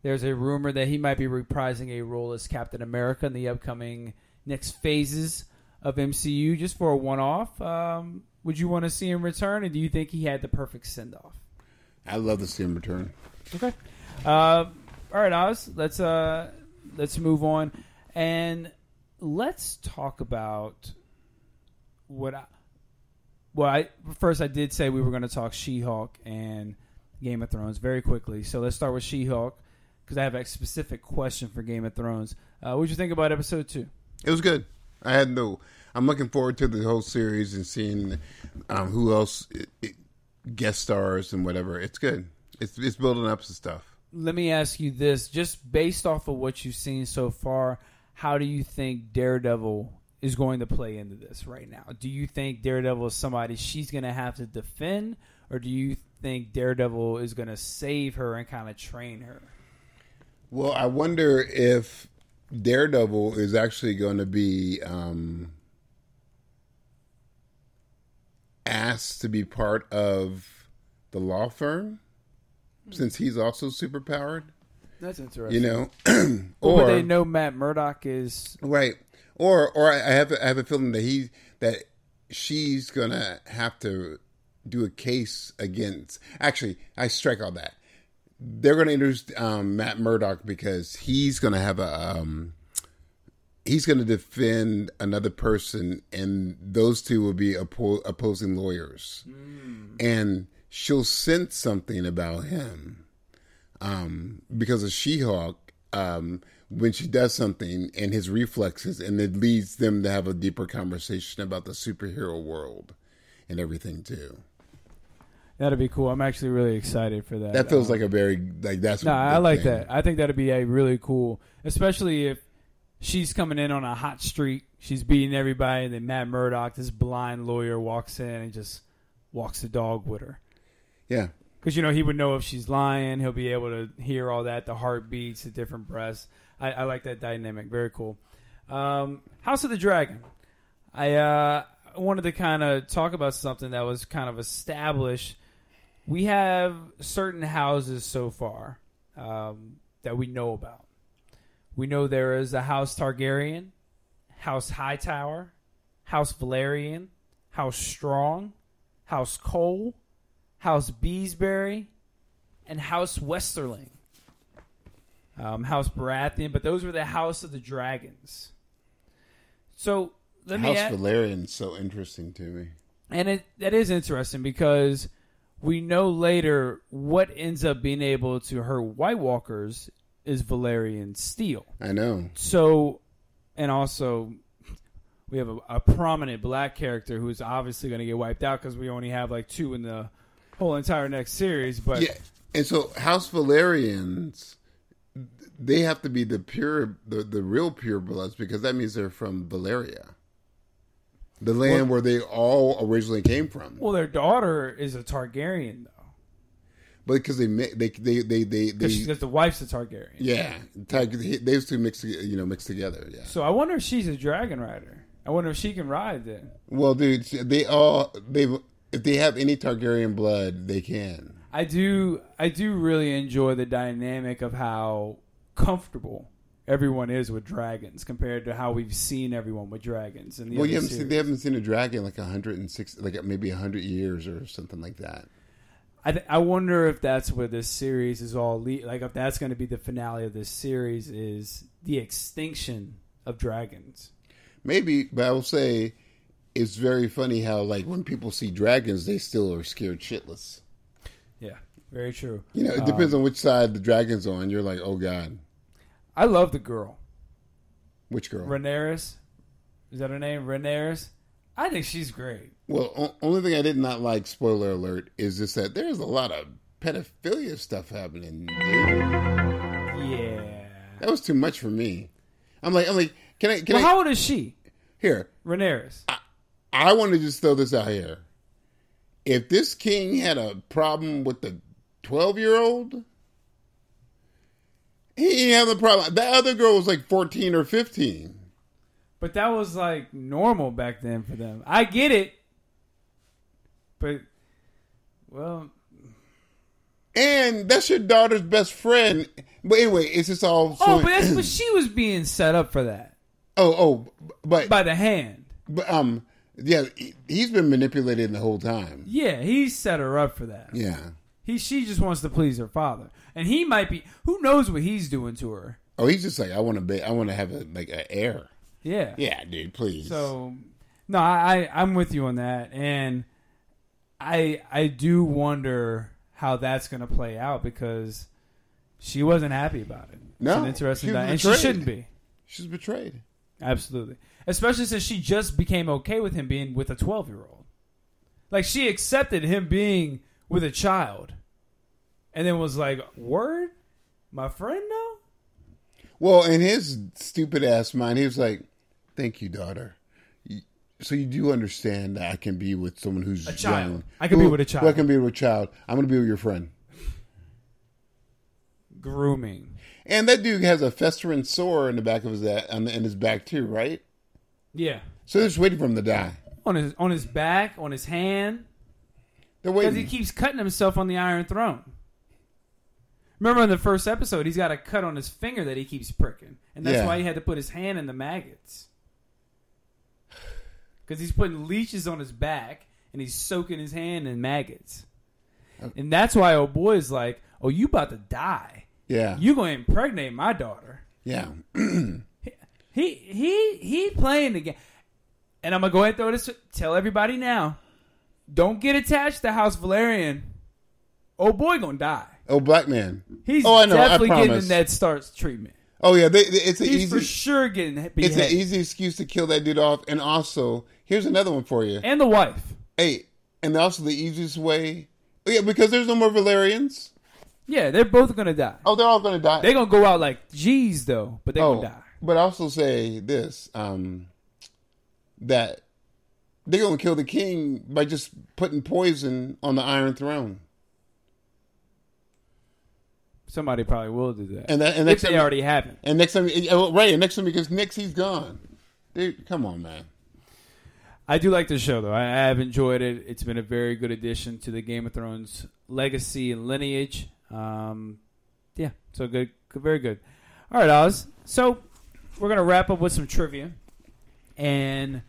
There's a rumor that he might be reprising a role as Captain America in the upcoming next phases of MCU, just for a one-off. Um, would you want to see him return, and do you think he had the perfect send-off? I love to see him return. Okay. Uh, all right, Oz. Let's uh, let's move on, and let's talk about what I. Well, I, first I did say we were going to talk She-Hulk and Game of Thrones very quickly. So let's start with She-Hulk because I have a specific question for Game of Thrones. Uh, what'd you think about episode two? It was good. I had no. I'm looking forward to the whole series and seeing um, who else it, it, guest stars and whatever. It's good. It's it's building up some stuff. Let me ask you this: just based off of what you've seen so far, how do you think Daredevil is going to play into this right now? Do you think Daredevil is somebody she's going to have to defend, or do you think Daredevil is going to save her and kind of train her? Well, I wonder if Daredevil is actually going to be um, asked to be part of the law firm since he's also super powered. That's You interesting. know, or or they know Matt Murdock is Right. Or or I I have I have a feeling that he that she's gonna have to do a case against. Actually, I strike all that. They're gonna introduce um, Matt Murdock because he's gonna have a um, he's gonna defend another person, and those two will be oppo- opposing lawyers, and she'll sense something about him um, because of She-Hulk um, when she does something and his reflexes, and it leads them to have a deeper conversation about the superhero world and everything too. That'd be cool. I'm actually really excited for that. That feels Um, like a very like that's. No, a I big like thing. that. I think that'd be a really cool, especially if she's coming in on a hot streak. She's beating everybody, and then Matt Murdock, this blind lawyer, walks in and just walks the dog with her. Yeah. because you know he would know if she's lying. He'll be able to hear all that, the heartbeats, the different breaths. I, I like that dynamic. Very cool. Um, House of the Dragon. I uh, wanted to kind of talk about something that was kind of established. We have certain houses so far um, that we know about. We know there is a House Targaryen, House Hightower, House Valerian, House Strong, House Cole, House Beesbury, and House Westerling. Um, House Baratheon, but those were the House of the Dragons. So let me House ask- Valerian's so interesting to me. and it that is interesting because we know later what ends up being able to hurt White Walkers is Valerian steel. I know. So, and also, we have a, a prominent black character who is obviously going to get wiped out because we only have like two in the whole entire next series. But Yeah, and so House Valerians, they have to be the pure, the, the real pure bloods because that means they're from Valeria, the land where they all originally came from. well, their daughter is a Targaryen though, But because they mi- they they they they, they because the wife's a Targaryen. yeah, tag, those two mixed toge- you know mixed together. Yeah. So I wonder if she's a dragon rider. I wonder if she can ride then. Well, dude, they all they if they have any Targaryen blood, they can. I do I do really enjoy the dynamic of how comfortable everyone is with dragons compared to how we've seen everyone with dragons in the Well, other you haven't seen, series. they haven't seen a dragon in like hundred and six, like maybe hundred years or something like that. I, th- I wonder if that's where this series is all le- like if that's going to be the finale of this series is the extinction of dragons. Maybe, but I will say it's very funny how like when people see dragons, they still are scared shitless. Yeah, very true. You know, it Um, depends on which side the dragon's on. You're like, oh god, I love the girl which girl? Rhaenyra's. Is that her name? Rhaenyra's. I think she's great. Well, o- only thing I did not like, spoiler alert, is just that there's a lot of pedophilia stuff happening. Dude. Yeah. That was too much for me. I'm like, I'm like, can I? Can well, I? how old is she? Here, Rhaenyra's. I want to just throw this out here. If this king had a problem with the 12 year old, he didn't have a problem. That other girl was like 14 or 15. But that was like normal back then for them. I get it. But well, And that's your daughter's best friend. But anyway, it's just all. so- oh, but that's but she was being set up for that. oh, oh, but. By the hand. But, um, yeah, he- he's been manipulated the whole time. Yeah, he set her up for that. Yeah. He she just wants to please her father. And he might be who knows what he's doing to her. Oh, he's just like, I want to be, I want to have a, like, an heir. Yeah. Yeah, dude, please. So no, I, I I'm with you on that, and I I do wonder how that's going to play out because she wasn't happy about it. it's No, an interesting, she was di- and she betrayed. shouldn't be. She's betrayed. Absolutely, especially since she just became okay with him being with a twelve year old. Like she accepted him being with a child, and then was like, "Word, my friend, no." Well, in his stupid ass mind, he was like, "Thank you, daughter." You- So you do understand that I can be with someone who's A child. young. I can be Who- with a who I child. can be with a child. I'm going to be with your friend. Grooming. And that dude has a festering sore in the back of his a- on the, in his back too, right? Yeah, So they're just waiting for him to die. on his on his back, on his hand. They're Because he waiting. keeps cutting himself on the Iron Throne. Remember in the first episode, he's got a cut on his finger that he keeps pricking, and that's Yeah. why he had to put his hand in the maggots. Because he's putting leeches on his back, and he's soaking his hand in maggots, and that's why old boy is like, "Oh, you about to die? yeah, You gonna impregnate my daughter?" yeah. He he he playing the game. And I'm gonna go ahead and throw this tell everybody now. Don't get attached to House Valerian. Oh boy gonna die. Oh, black man. He's oh, I know. I definitely promise. getting Ned Stark's treatment. Oh yeah, they, they- it's an He's easy. for sure getting beheaded. it's an easy excuse to kill that dude off. And also, here's another one for you. and the wife. Hey, and also the easiest way. oh, Yeah, because there's no more Valerians. Yeah, they're both gonna die. Oh, they're all gonna die. They're gonna go out like G's though, but they're Oh, gonna die. But I also say this: um, that they're gonna kill the king by just putting poison on the Iron Throne. Somebody probably will do that. And that and if next they time- already haven't. And next time, oh, right? And next time, because next he's gone. Dude, come on, man. I do like this show though. I, I have enjoyed it. It's been a very good addition to the Game of Thrones legacy and lineage. Um, yeah, so good, good, very good. All right, Oz. So we're gonna wrap up with some trivia, and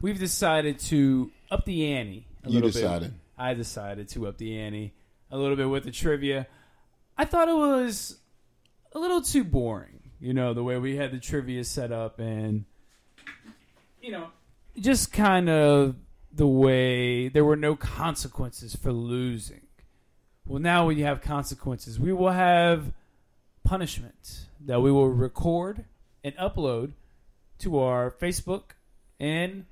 we've decided to up the ante. A You little decided. Bit. I decided to up the ante a little bit with the trivia. I thought it was a little too boring, you know, the way we had the trivia set up and you know, just kind of the way there were no consequences for losing. Well, now we have consequences. We will have punishment that we will record and upload to our Facebook and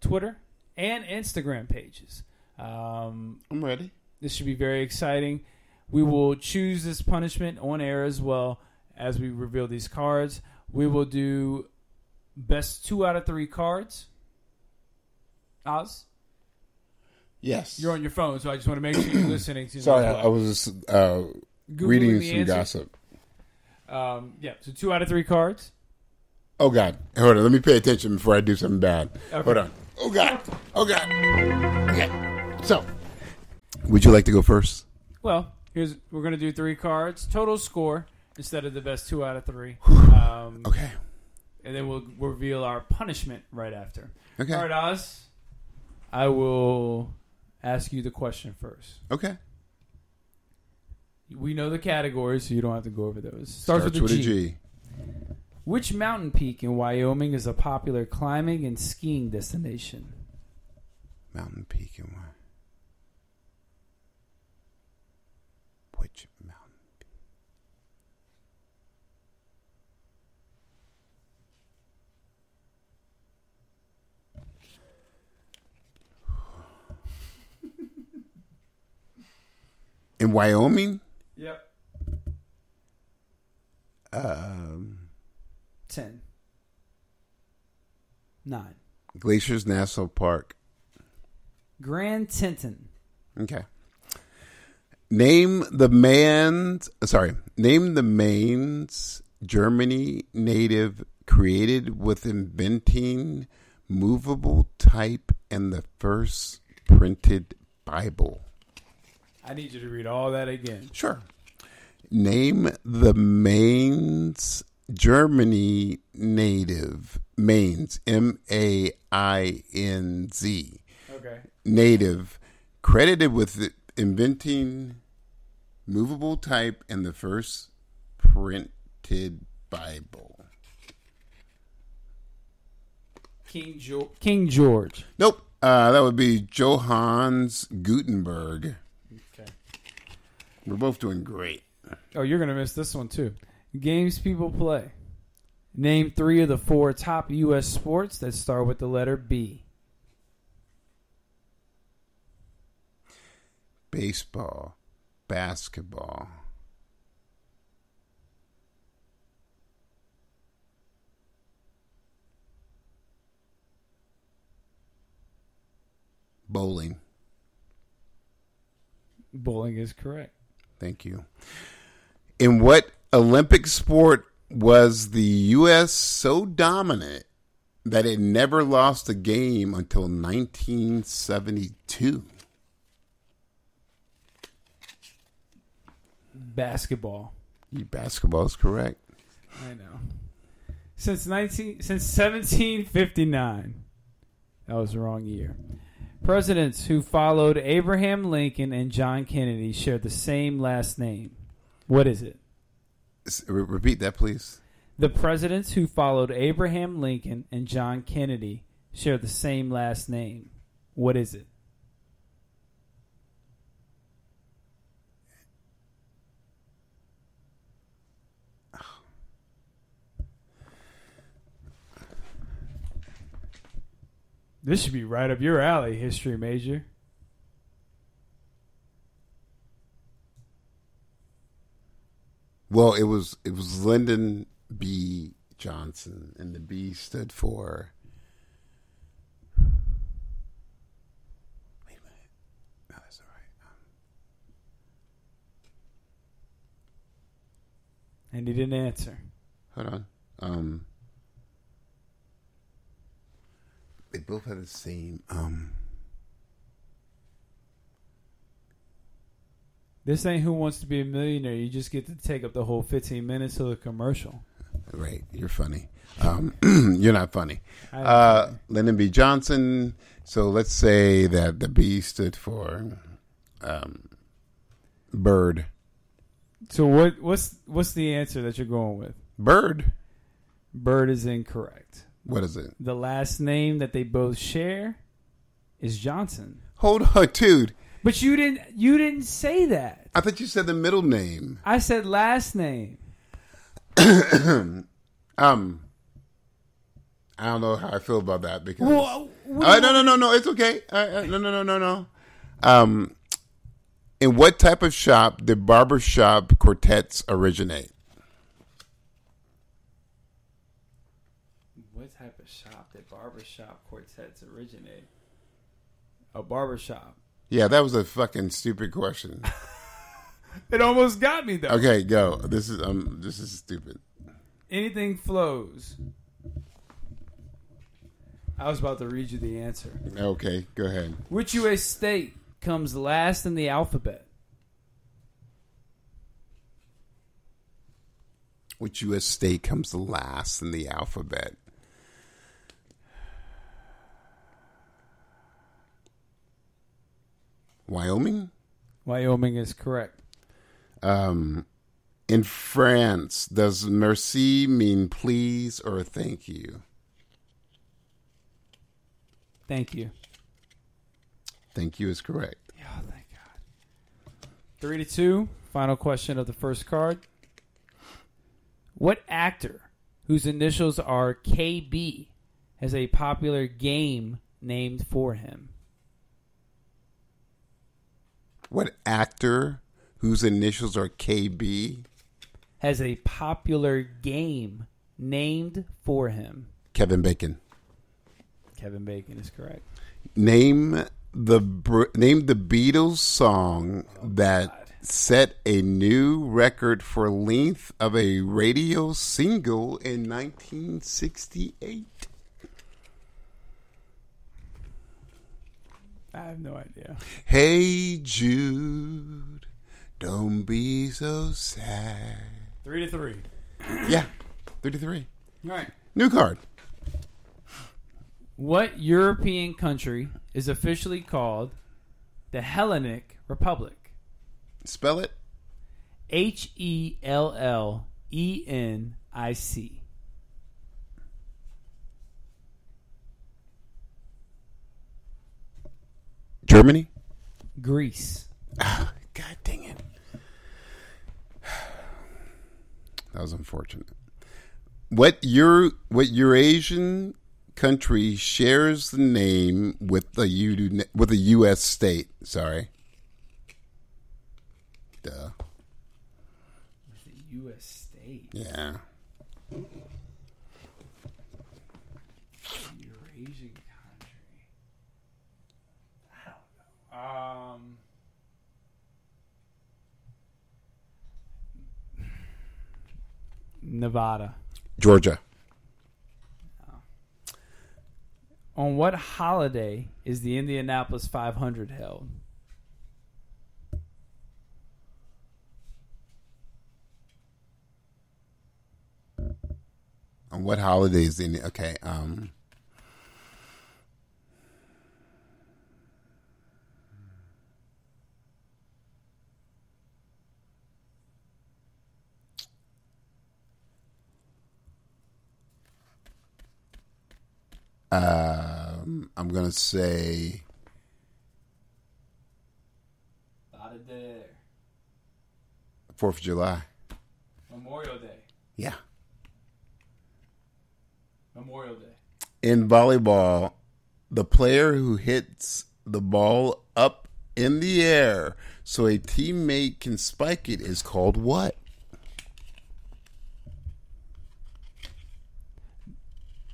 Twitter and Instagram pages. Um, I'm ready. This should be very exciting. We will choose this punishment on air as well as we reveal these cards. We will do best two out of three cards. Oz? Yes. You're on your phone, so I just want to make sure you're listening to Sorry, the I, I was just uh, Googling reading the some answer. gossip. Um, yeah, so two out of three cards. Oh God! Hold on. Let me pay attention before I do something bad. Okay. Hold on. Oh God! Oh God! Okay. So, would you like to go first? Well, here's we're gonna do three cards total score instead of the best two out of three. Um, okay, and then we'll reveal our punishment right after. Okay. All right, Oz. I will ask you the question first. Okay. We know the categories, so you don't have to go over those. Starts, with, a, G. Which mountain peak in Wyoming is a popular climbing and skiing destination? Mountain Peak and one. Which mountain? In Wyoming? Yep. Um, Ten. Nine. Glaciers National Park. Grand Teton. Okay. Name the man's sorry, name the man's Germany native created with inventing movable type and the first printed Bible. I need you to read all that again. Sure. Name the Mainz Germany native. Mainz, M A I N Z. Okay. Native, credited with inventing movable type and the first printed Bible. King George. King George. Nope. Uh, that would be Johannes Gutenberg. Okay. We're both doing great. Oh, you're gonna miss this one too. Games people play. Name three of the four top U.S. sports that start with the letter B. baseball, basketball. Bowling. Bowling is correct. Thank you. In what Olympic sport was the U.S. so dominant that it never lost a game until 1972? Basketball. Basketball is correct. I know. Since nineteen, since seventeen fifty nine, that was the wrong year. Presidents who followed Abraham Lincoln and John Kennedy share the same last name. What is it? S- re- Repeat that, please. The presidents who followed Abraham Lincoln and John Kennedy share the same last name. What is it? This should be right up your alley, history major. Well, it was it was Lyndon B. Johnson, and the B stood for. Wait a minute. No, that's all right. And he didn't answer. Hold on. Um, they both have the same. Um, This ain't Who Wants to Be a Millionaire. You just get to take up the whole 15 minutes of the commercial. Right, you're funny. Um, you're not funny. Uh, Lyndon B. Johnson. So let's say that the B stood for um, bird. So what? What's what's the answer that you're going with? Bird. Bird is incorrect. What is it? The last name that they both share is Johnson. Hold on, dude. But you didn't. You didn't say that. I thought you said the middle name. I said last name. um, I don't know how I feel about that because. Well, what Uh, do no, no, no, no. It's okay. Uh, uh, no, no, no, no, no. Um, in what type of shop did barbershop quartets originate? What type of shop did barbershop quartets originate? A barbershop. Yeah, that was a fucking stupid question. It almost got me though. Okay, go. This is um, this is stupid. Anything flows. I was about to read you the answer. Okay, go ahead. Which U.S. state comes last in the alphabet? Which U.S. state comes last in the alphabet? Wyoming. Wyoming is correct. Um, in France, does merci mean please or thank you? Thank you. Thank you is correct. Three to two. Final question of the first card. What actor, whose initials are KB, has a popular game named for him? What actor whose initials are KB? Has a popular game named for him. Kevin Bacon. Kevin Bacon is correct. Name the Br- name the Beatles song Oh, that set a new record for length of a radio single in 1968. I have no idea. Hey Jude, don't be so sad. Three to three. Yeah, 33. All right. New card. What European country is officially called the Hellenic Republic? Spell it. H E L L E N I C. Germany? Greece. God dang it. That was unfortunate. What Euro, what Eurasian country shares the name with the U, with a U.S. state? Sorry. Duh. U.S. state. Yeah. Eurasian country. I don't know. Um. Nevada. Georgia. On what holiday is the Indianapolis 500 held? On what holidays in okay, um Um, I'm gonna say Bada there. Fourth of July. Memorial Day. Yeah. Memorial Day. in volleyball, the player who hits the ball up in the air so a teammate can spike it is called what?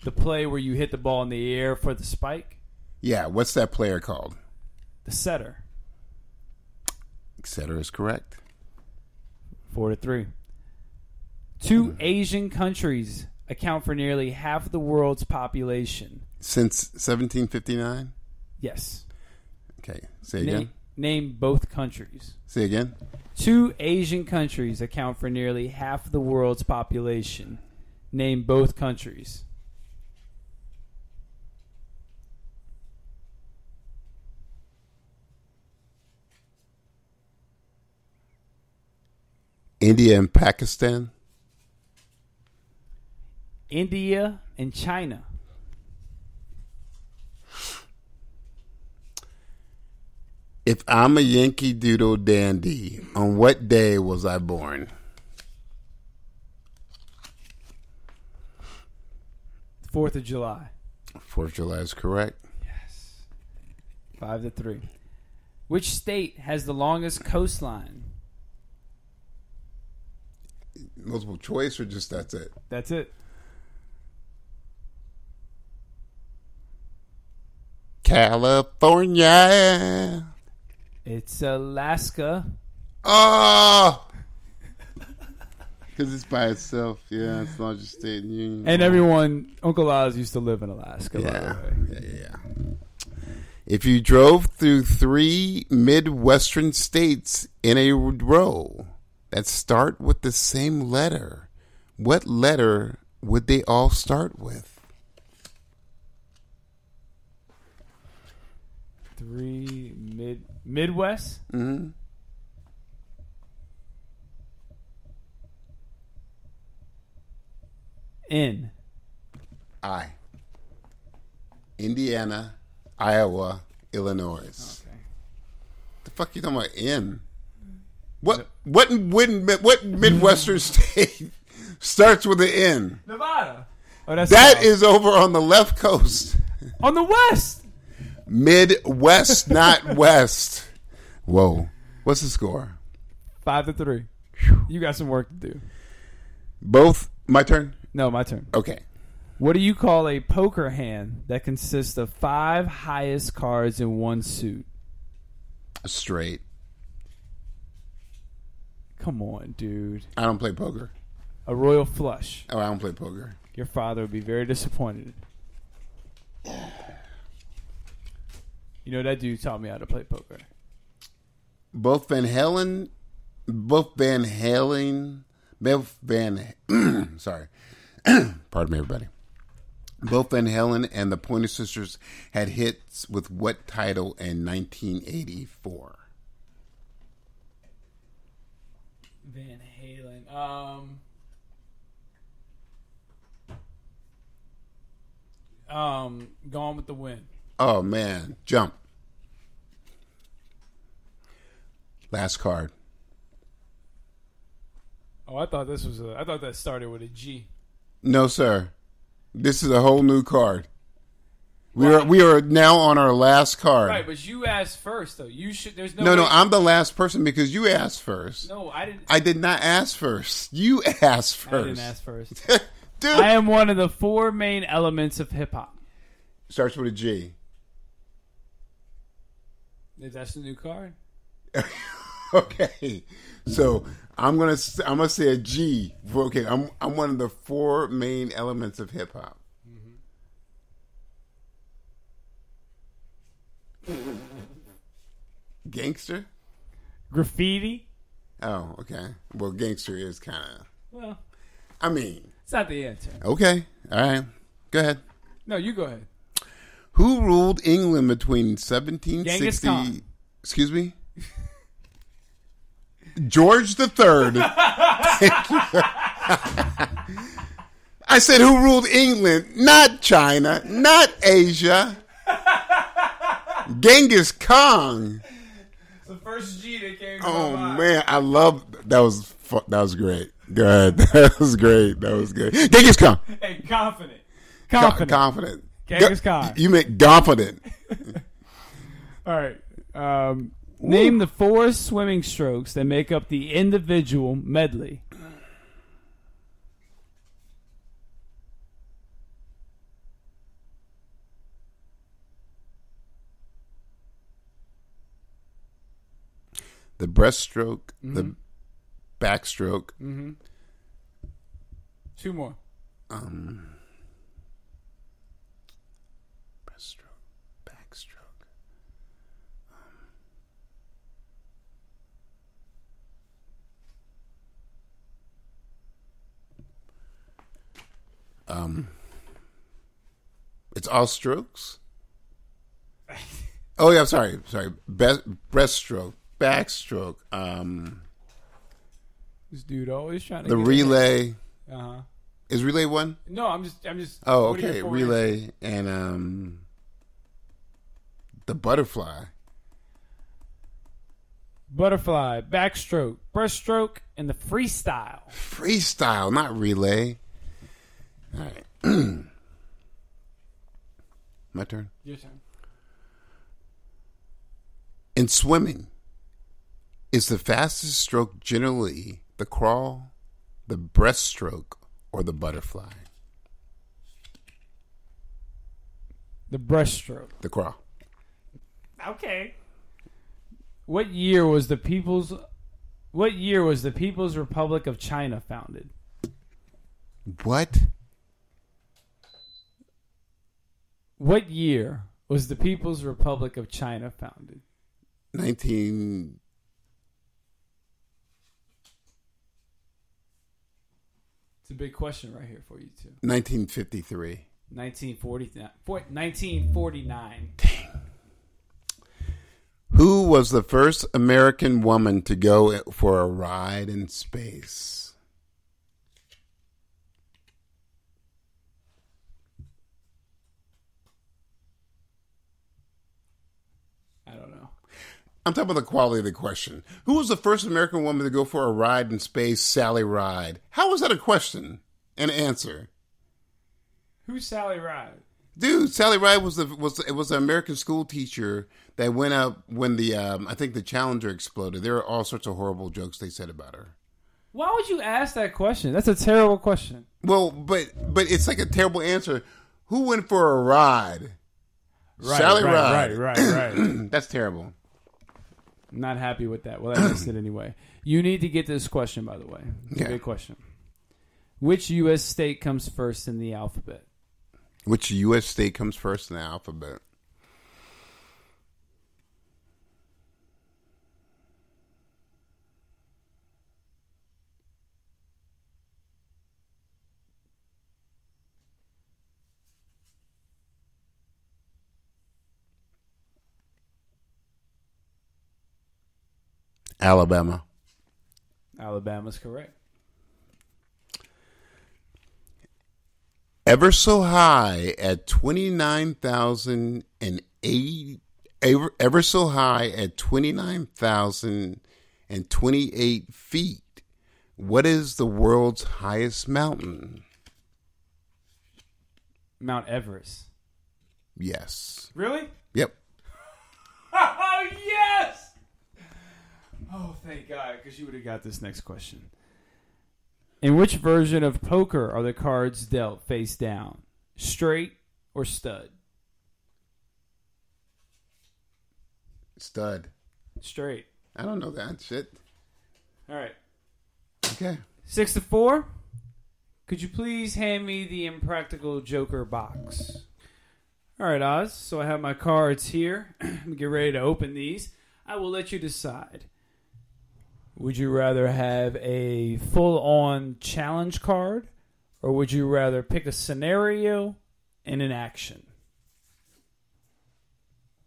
the play where you hit the ball in the air for the spike, Yeah, what's that player called? the setter, Etc. is correct. four to three. Two Asian countries account for nearly half the world's population. Since 1759? Yes. Okay, say again. Na- name both countries. Say again. Two Asian countries account for nearly half the world's population. Name both countries. India and Pakistan? India and China. If I'm a Yankee Doodle Dandy, on what day was I born? Fourth of July. Fourth of July is correct. Five to three. Which state has the longest coastline? Multiple choice or just that's it? That's it. California. It's Alaska. Oh! Because it's by itself. Yeah, it's larger state in the union. And everyone, Uncle Oz used to live in Alaska. Yeah. By the way. Yeah, If you drove through three Midwestern states in a row that start with the same letter, what letter would they all start with? Three mid Midwest. Mm-hmm. N. I. Indiana, Iowa, Illinois. The fuck you talking about in? What what what what Midwestern state starts with an N? Nevada. Oh, that's That is over on the left coast. on the west. Midwest, not West. Whoa. What's the score? Five to three. You got some work to do. Both my turn? No, my turn. Okay. What do you call a poker hand that consists of five highest cards in one suit? Straight. Come on, dude. I don't play poker. A royal flush. Oh, I don't play poker. Your father would be very disappointed. You know that dude taught me how to play poker. Both Van Halen both Van Halen both Van sorry. Pardon me everybody. Both Van Halen and the Pointer Sisters had hits with what title in 1984? Van Halen. Um. Um, Gone with the Wind. Oh man, jump. Last card. Oh, I thought this was a. I thought that started with a G. No, sir. This is a whole new card. We are we are now on our last card. Right, but you asked first, though. You should. There's no. No, no, way- I'm the last person because you asked first. No, I didn't. I did not ask first. You asked first. I didn't ask first. I am one of the four main elements of hip hop. Starts with a G. That's the new card. Okay. So I'm gonna s- I'm gonna say a G. Okay, I'm I'm one of the four main elements of hip hop. Gangster? Graffiti. Oh, okay. Well, gangster is kind of. Well, I mean, it's not the answer. okay, all right. Go ahead. No, you go ahead. Who ruled England between 1760? Genghis Khan. Excuse me. George the Third. I said, who ruled England? Not China, not Asia. Genghis Khan. The first G that came. Oh man, I love that was fu- that was great. Go ahead, that was great. That was good. Genghis Khan. Hey, confident. Co- Confident. confident. Genghis Go- Khan. You meant confident. All right. Um, name the four swimming strokes that make up the individual medley. the breaststroke, the Mhm. backstroke. Mm-hmm. Two more. Um, breaststroke, backstroke. Um, um, it's all strokes. oh yeah, I'm sorry, sorry. Best, breaststroke, backstroke. Um, This dude always trying to the get- relay. Uh-huh. Is relay one? No, I'm just. I'm just. Oh, what are your okay. four Relay and um the butterfly. Butterfly, backstroke, breaststroke, and the freestyle. Freestyle, not relay. All right. My turn. Your turn. In swimming, is the fastest stroke generally the crawl, the breaststroke, or the butterfly? The breaststroke. The crawl. Okay. What year was the People's? What year was the People's Republic of China founded? What? What year was the People's Republic of China founded? 19 It's a big question right here for you too. 1953. 1949. Four- 1949. Who was the first American woman to go for a ride in space? I don't know. I'm talking about the quality of the question. Who was the first American woman to go for a ride in space? Sally Ride. How was that a question? An answer, Who's Sally Ride? dude. Sally Ride was the was it was an American school teacher that went up when the um, I think the Challenger exploded. There are all sorts of horrible jokes they said about her. Why would you ask that question? That's a terrible question. Well, but but it's like a terrible answer. Who went for a ride? Right, Sally right, Ride. right, right, right. That's terrible. I'm not happy with that. Well, I missed it anyway. You need to get this question, by the way. It's a Okay. big question. Which U.S. state comes first in the alphabet? Which U.S. state comes first in the alphabet? Alabama. Alabama's correct. ever so high at 29,008 ever, ever so high at 29,028 feet. What is the world's highest mountain? Mount Everest. Yes. Really? Yep. Oh, yes! Oh, thank God, because you would have got this next question. In which version of poker are the cards dealt face down? Straight or stud? Stud. Straight. I don't know that shit. All right. Okay. Six to four. Could you please hand me the impractical Joker box? All right, Oz. So I have my cards here. Get ready to open these. I will let you decide. Would you rather have a full on challenge card, or would you rather pick a scenario and an action?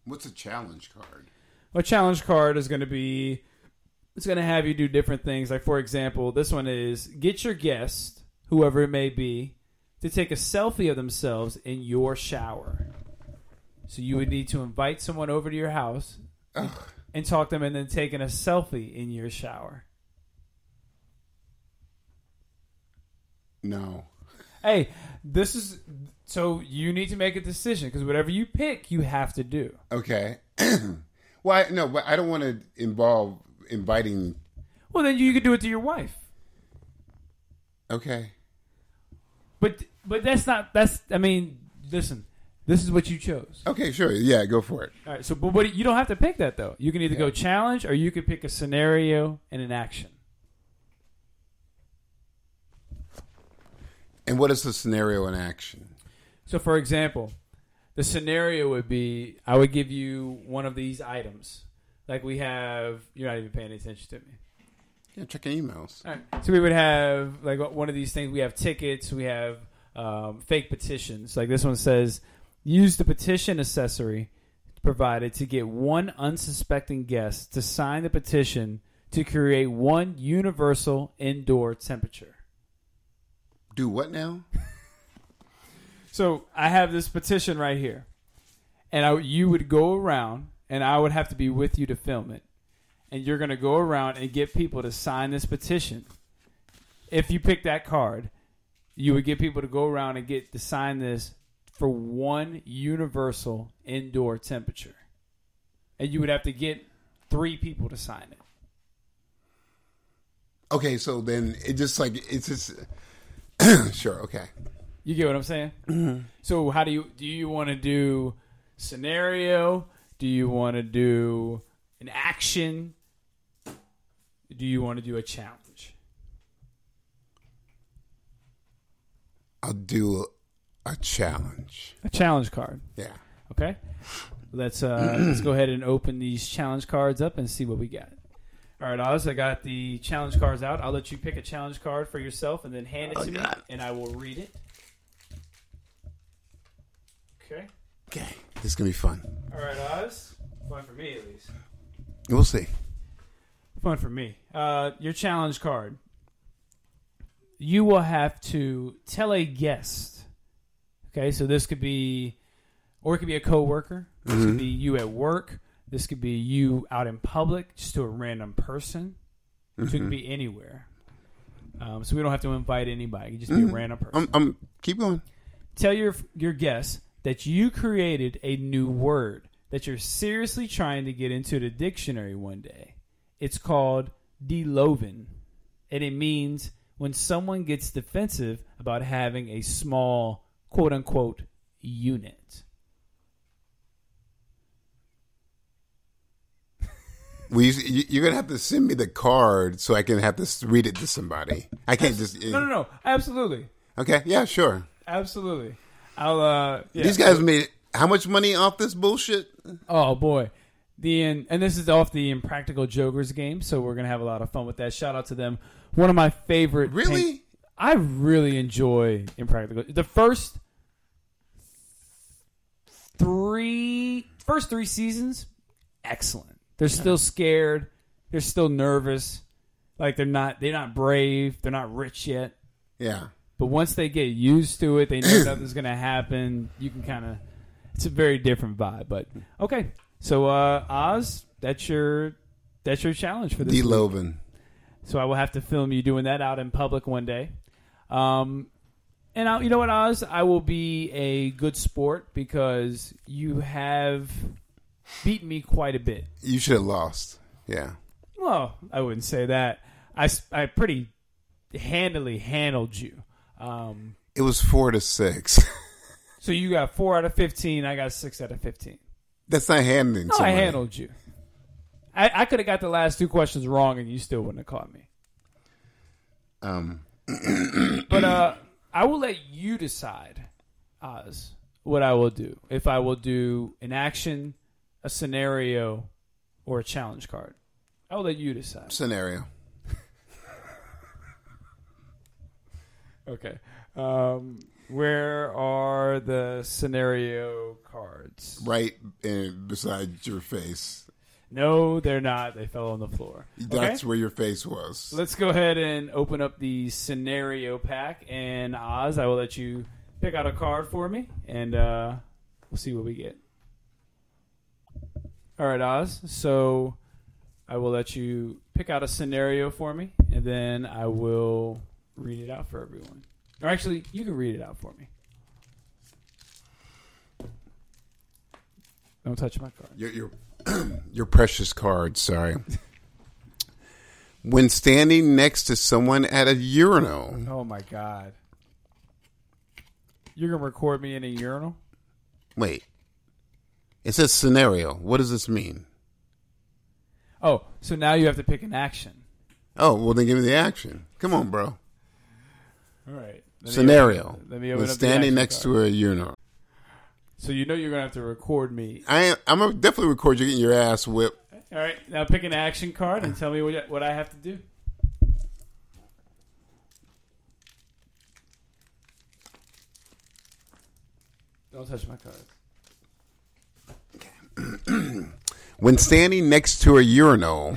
What's a challenge card? A challenge card is going to be it's going to have you do different things. Like for example, this one is get your guest, whoever it may be, to take a selfie of themselves in your shower. So you would need to invite someone over to your house and, and talk them and then taking a selfie in your shower. No. Hey, this is so you need to make a decision because whatever you pick, you have to do. Okay. well, I, no, but I don't want to involve inviting. Well, then you could do it to your wife. Okay. But but that's not that's I mean, listen. This is what you chose. Okay, sure. Yeah, go for it. All right. So, but what, you don't have to pick that though. You can either go challenge or you could pick a scenario and an action. And what is the scenario in action? So, for example, the scenario would be I would give you one of these items. Like we have, you're not even paying attention to me. Yeah, check your emails. All right. So we would have like one of these things. We have tickets. We have um, fake petitions. Like this one says, use the petition accessory provided to get one unsuspecting guest to sign the petition to create one universal indoor temperature. Do what now? So I have this petition right here, and I, you would go around, and I would have to be with you to film it, and you're going to go around and get people to sign this petition. If you pick that card, you would get people to go around and get to sign this for one universal indoor temperature, and you would have to get three people to sign it. Okay, so then it just like it's just sure. Okay. You get what I'm saying? So how do you do you want to do scenario? Do you want to do an action? Do you want to do a challenge? I'll do a challenge. A challenge card. Yeah. Okay. Let's uh let's go ahead and open these challenge cards up and see what we got. All right, Oz, I got the challenge cards out. I'll let you pick a challenge card for yourself and then hand it to me and I will read it. Okay. Okay, this is gonna be fun. All right, Oz. Fun for me at least. We'll see. Fun for me. Uh, your challenge card. You will have to tell a guest. Okay, so this could be, or it could be a coworker. This could Mhm. be you at work. This could be you out in public, just to a random person. So it could Mhm. be anywhere. Um, so we don't have to invite anybody. It could just be Mhm. a random I'm, person. I'm keep going. Tell your your guests that you created a new word that you're seriously trying to get into the dictionary one day. It's called deloven, and it means when someone gets defensive about having a small quote unquote unit. We you, you're gonna have to send me the card so I can have to s- read it to somebody. I can't just eh, No, no, no, absolutely, Okay, yeah, sure. absolutely. I'll uh, yeah. These guys made how much money off this bullshit? Oh boy. The and, and this is off the Impractical Jokers game, so we're gonna have a lot of fun with that. Shout out to them. One of my favorite. Really, I really enjoy Impractical. The first three, first three seasons, excellent. They're still scared. They're still nervous. Like they're not. They're not brave. They're not rich yet. Yeah. But once they get used to it, they know nothing's gonna happen. You can kind of. It's a very different vibe, but okay. So uh Oz, that's your that's your challenge for this. week. Deloven. So I will have to film you doing that out in public one day. Um, and I, you know what, Oz? I will be a good sport because you have beaten me quite a bit. You should have lost. Yeah. Well, I wouldn't say that. I, s- I pretty handily handled you. Um, It was four to six. so you got four out of 15. I got six out of 15. That's not handling. No, I somebody. handled you. I, I could have got the last two questions wrong and you still wouldn't have caught me. Um. but uh, I will let you decide, Oz, what I will do. If I will do an action, a scenario, or a challenge card. I will let you decide. Scenario. Okay. Um, where are the scenario cards? Right in, beside your face. No, they're not. They fell on the floor. That's Okay? where your face was. Let's go ahead and open up the scenario pack. And Oz, I will let you pick out a card for me, and uh, we'll see what we get. All right, Oz. So I will let you pick out a scenario for me, and then I will read it out for everyone. Or actually, you can read it out for me. Don't touch my card. Your your your precious card. Sorry. when standing next to someone at a urinal, Oh my god. You're gonna record me in a urinal? Wait. It says scenario. What does this mean? Oh, so now you have to pick an action. Oh, well, then give me the action. Come on, bro. All right. Let me Scenario. open- let me open We're up the standing action next card. to a urinal. So you know you're gonna have to record me. I am, I'm gonna definitely record you getting your ass whipped. All right, now pick an action card and tell me what I- what I have to do. Don't touch my card. When standing next to a urinal,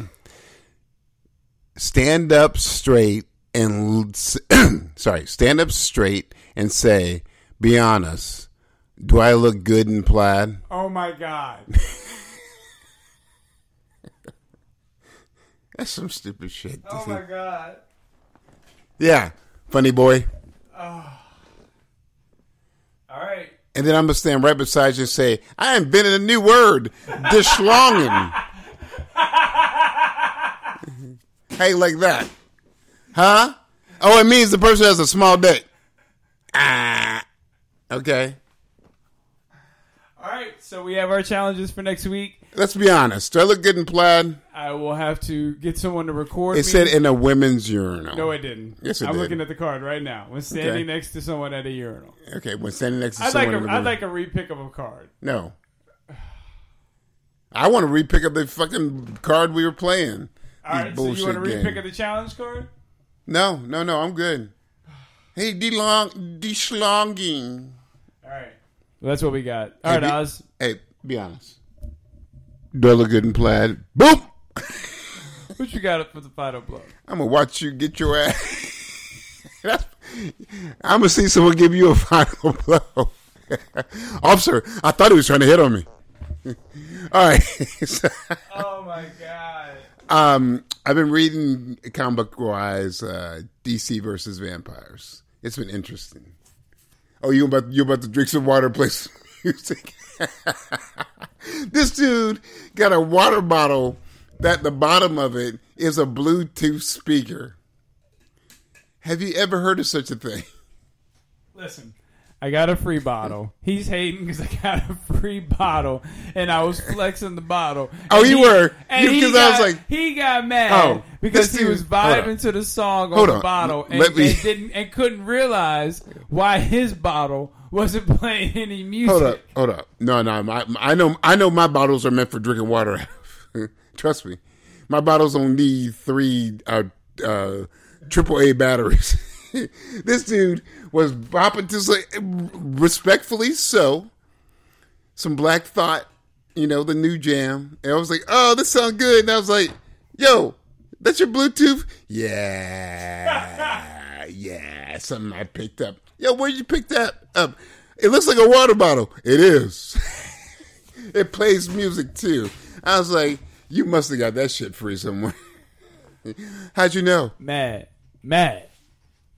stand up straight and l- s- sorry, stand up straight and say, "Be honest, do I look good in plaid?" Oh my god. That's some stupid shit. Oh my god. Yeah, funny boy. Oh. All right. And then I'm gonna stand right beside you and say, "I invented a new word, dishlonging." hey, like that, huh? Oh, it means the person has a small dick. Ah, okay. All right. So we have our challenges for next week. Let's be honest. Do I look good in plaid? I will have to get someone to record. It me. said in a women's urinal. No, I didn't. Yes, it I'm did. looking at the card right now. When standing Okay. next to someone at a urinal. Okay, when standing next to I'd like someone. in a, the I'd room. like a repick of a card. No. I want to repick up the fucking card we were playing. All right. So you Bullshit want to game. repick of the challenge card? No, no, no. I'm good. Hey, D long, D schlonging. All right. Well, that's what we got. All right, be, Oz. Hey, be honest. Do I look good in plaid? Boom! What you got for the final blow? I'm gonna watch you get your ass. That's- I'm gonna see someone give you a final blow. Officer, I thought he was trying to hit on me. All right. so- Oh my god. Um, I've been reading comic book wise uh, DC versus vampires. It's been interesting. Oh, you about you about to drink some water, play some music. this dude got a water bottle that the bottom of it is a Bluetooth speaker. Have you ever heard of such a thing? Listen, I got a free bottle. He's hating because I got a free bottle, and I was flexing the bottle. Oh, And you he- were. And You- he 'cause I was got- like- he got mad Oh, because this he was dude- hold on. vibing to the song on Hold the on. bottle, and, Let me- and didn't and couldn't realize why his bottle wasn't playing any music. Hold up, hold up. No, no, my, my- I know, I know. My bottles are meant for drinking water. Trust me, my bottles don't need three uh, uh, AAA batteries. this dude was bopping to say, respectfully so, some Black Thought, you know, the new jam, and I was like, oh, this sounds good, and I was like, yo, that's your Bluetooth, yeah, yeah, something I picked up. Yo, where'd you pick that up? It looks like a water bottle. It is. it plays music too. I was like, you must have got that shit free somewhere. How'd you know? Mad, mad,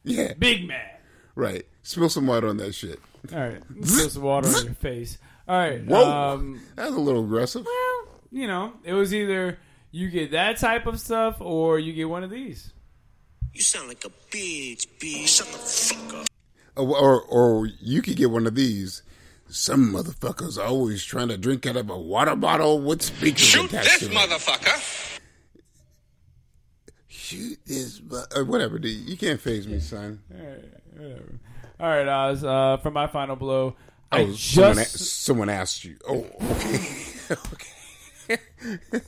yeah, big mad. Right. Spill some water on that shit. All right, just water on your face. All right, Whoa, um, that was a little aggressive. you know, it was either you get that type of stuff or you get one of these. You sound like a bitch, bitch. Shut the fuck up. Or, or, or you could get one of these. Some motherfuckers always trying to drink out of a water bottle with speakers attached to it. motherfucker. Shoot this, mu- uh, whatever. Dude. You can't phase me, son. All right, whatever. All right, Oz. Uh, for my final blow, I Oh, someone, a- just someone asked you. Oh, okay.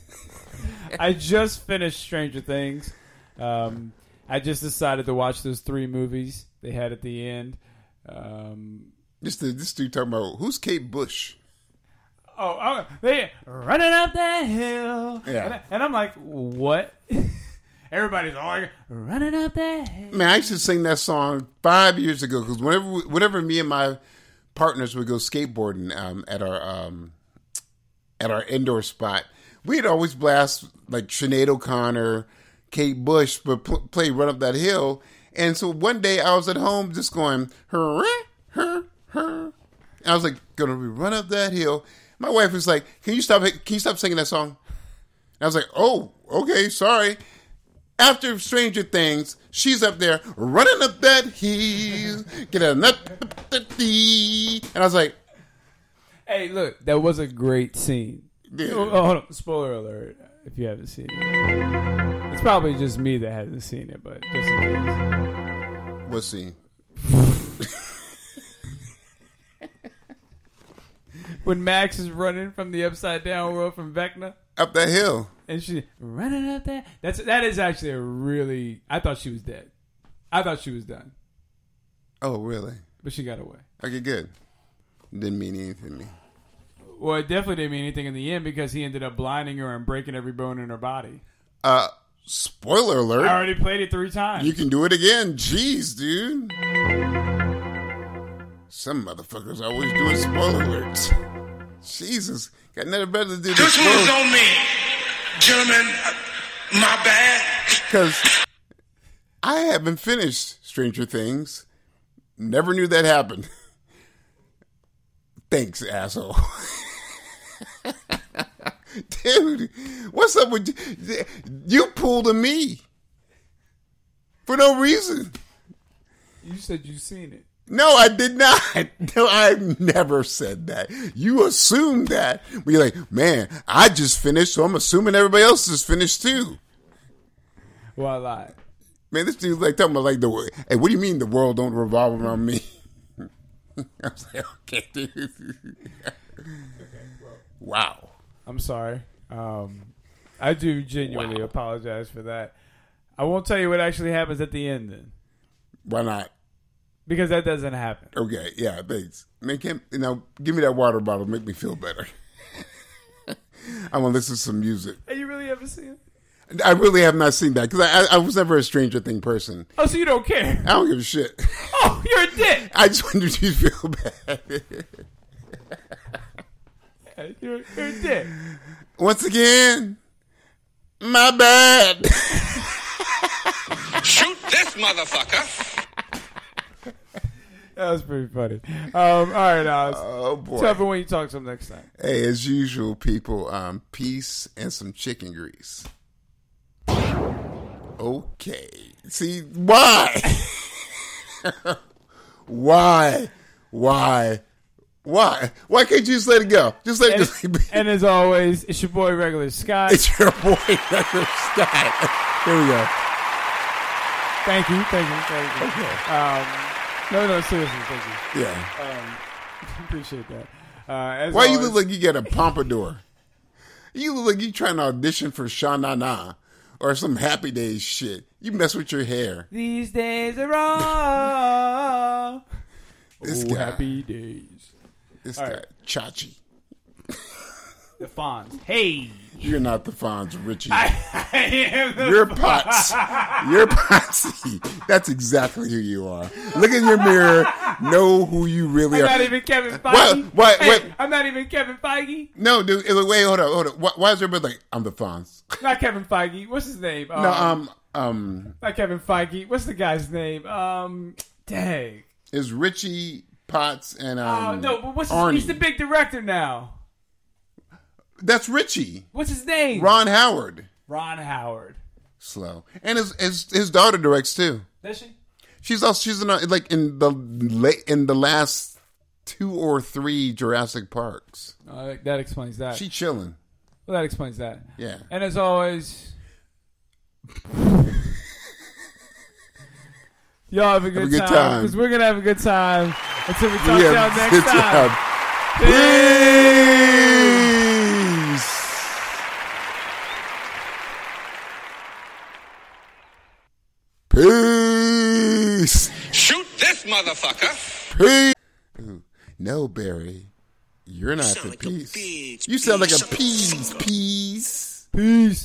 I just finished Stranger Things. Um, I just decided to watch those three movies they had at the end. Um, this dude, this dude talking about who's Kate Bush? oh, oh, they running up that hill. Yeah. and, I, am like, what? Everybody's all like, running up that hill. Man, I used to sing that song five years ago because whenever, we- whenever me and my partners would go skateboarding um, at our um, at our indoor spot, we'd always blast like Sinead O'Connor, Kate Bush, but pl- play Run Up That Hill. And so one day I was at home just going, hurrah, her, her. I was like, gonna be run up that hill. My wife was like, can you stop, can you stop singing that song? And I was like, oh, okay, sorry. After Stranger Things, she's up there running up that hill, getting up that hill. And I was like, Hey, look, that was a great scene. Yeah. Oh, oh, hold on. Spoiler alert if you haven't seen it. It's probably just me that hasn't seen it, but just in case. What scene? when Max is running from the upside down world from Vecna. Up that hill. And she running up that. That's that is actually a really I thought she was dead. I thought she was done. Oh, really? But she got away. Okay, good. Didn't mean anything to me. Well, it definitely didn't mean anything in the end because he ended up blinding her and breaking every bone in her body. Uh, spoiler alert. I already played it three times. You can do it again. Jeez, dude. Some motherfuckers always doing spoiler alerts. Jesus. Got nothing better to do than This spoil- one's on me, gentlemen. uh, My bad. Because I haven't finished Stranger Things. Never knew that happened. Thanks, asshole. Dude, what's up with you? You pulled a me for no reason. You said you've seen it. No, I did not. No, I never said that. You assumed that. When you're like, man, I just finished, so I'm assuming everybody else is finished too. Well, I lied. Man, this dude's like talking about like the world. Hey, what do you mean the world don't revolve around me? I was like, okay, dude. Wow. I'm sorry. Um, I do genuinely apologize for that. I won't tell you what actually happens at the end then. Why not? Because that doesn't happen. Okay, yeah, thanks. Man, can't, now give me that water bottle, make me feel better. I want to listen to some music. And you really haven't seen it? I really have not seen that because I, I, I was never a Stranger Thing person. Oh, so you don't care. I don't give a shit. Oh, you're a dick. I just wanted you to feel bad. You're, you're a dick. Once again, my bad. Shoot this motherfucker. That was pretty funny. Um, all right, Oz. Oh, boy. Tell me when you talk to him next time. Hey, as usual, people, um, peace and some chicken grease. Okay. See, why? why? Why? Why? Why can't you just let it go? Just let it go. And as always, it's your boy, Regular Scott. It's your boy, Regular Scott. Here we go. Thank you, thank you, thank you. Um, no, no, seriously, thank you. Yeah. Um, appreciate that. Uh, as Why you always- look like you got a pompadour? you look like you trying to audition for Sha Na Na or some Happy Days shit. You mess with your hair. These days are all This Oh, guy. happy days. This All guy, right. Chachi. The Fonz. Hey, You're not the Fonz, Richie. I am the You're Potts. You're Potsy. That's exactly who you are. Look in your mirror. Know who you really I'm are. not even Kevin Feige. What? What? Hey, What? I'm not even Kevin Feige. No, dude. it- Wait, hold up, hold up. Why, why is everybody like, I'm the Fonz? Not Kevin Feige. What's his name? No, um, um, Not Kevin Feige. What's the guy's name? Um, dang. is Richie Potts and um, oh no, but what's his, Arnie. he's the big director now. That's Richie. What's his name? Ron Howard. Ron Howard. Slow. And his his, his daughter directs too. Does she? She's also she's in a, like in the late in the last two or three Jurassic Parks. Oh, that- that explains that. She chilling. well, that explains that. Yeah. And as always, y'all have a good, good time time. because we're gonna have a good time until we talk We have to y'all next good time. time. Peace. Peace. Shoot this motherfucker. Peace. Ooh, No, Barry. You're not the like a peace. bitch, You sound like a bitch. peas, peas. Peace.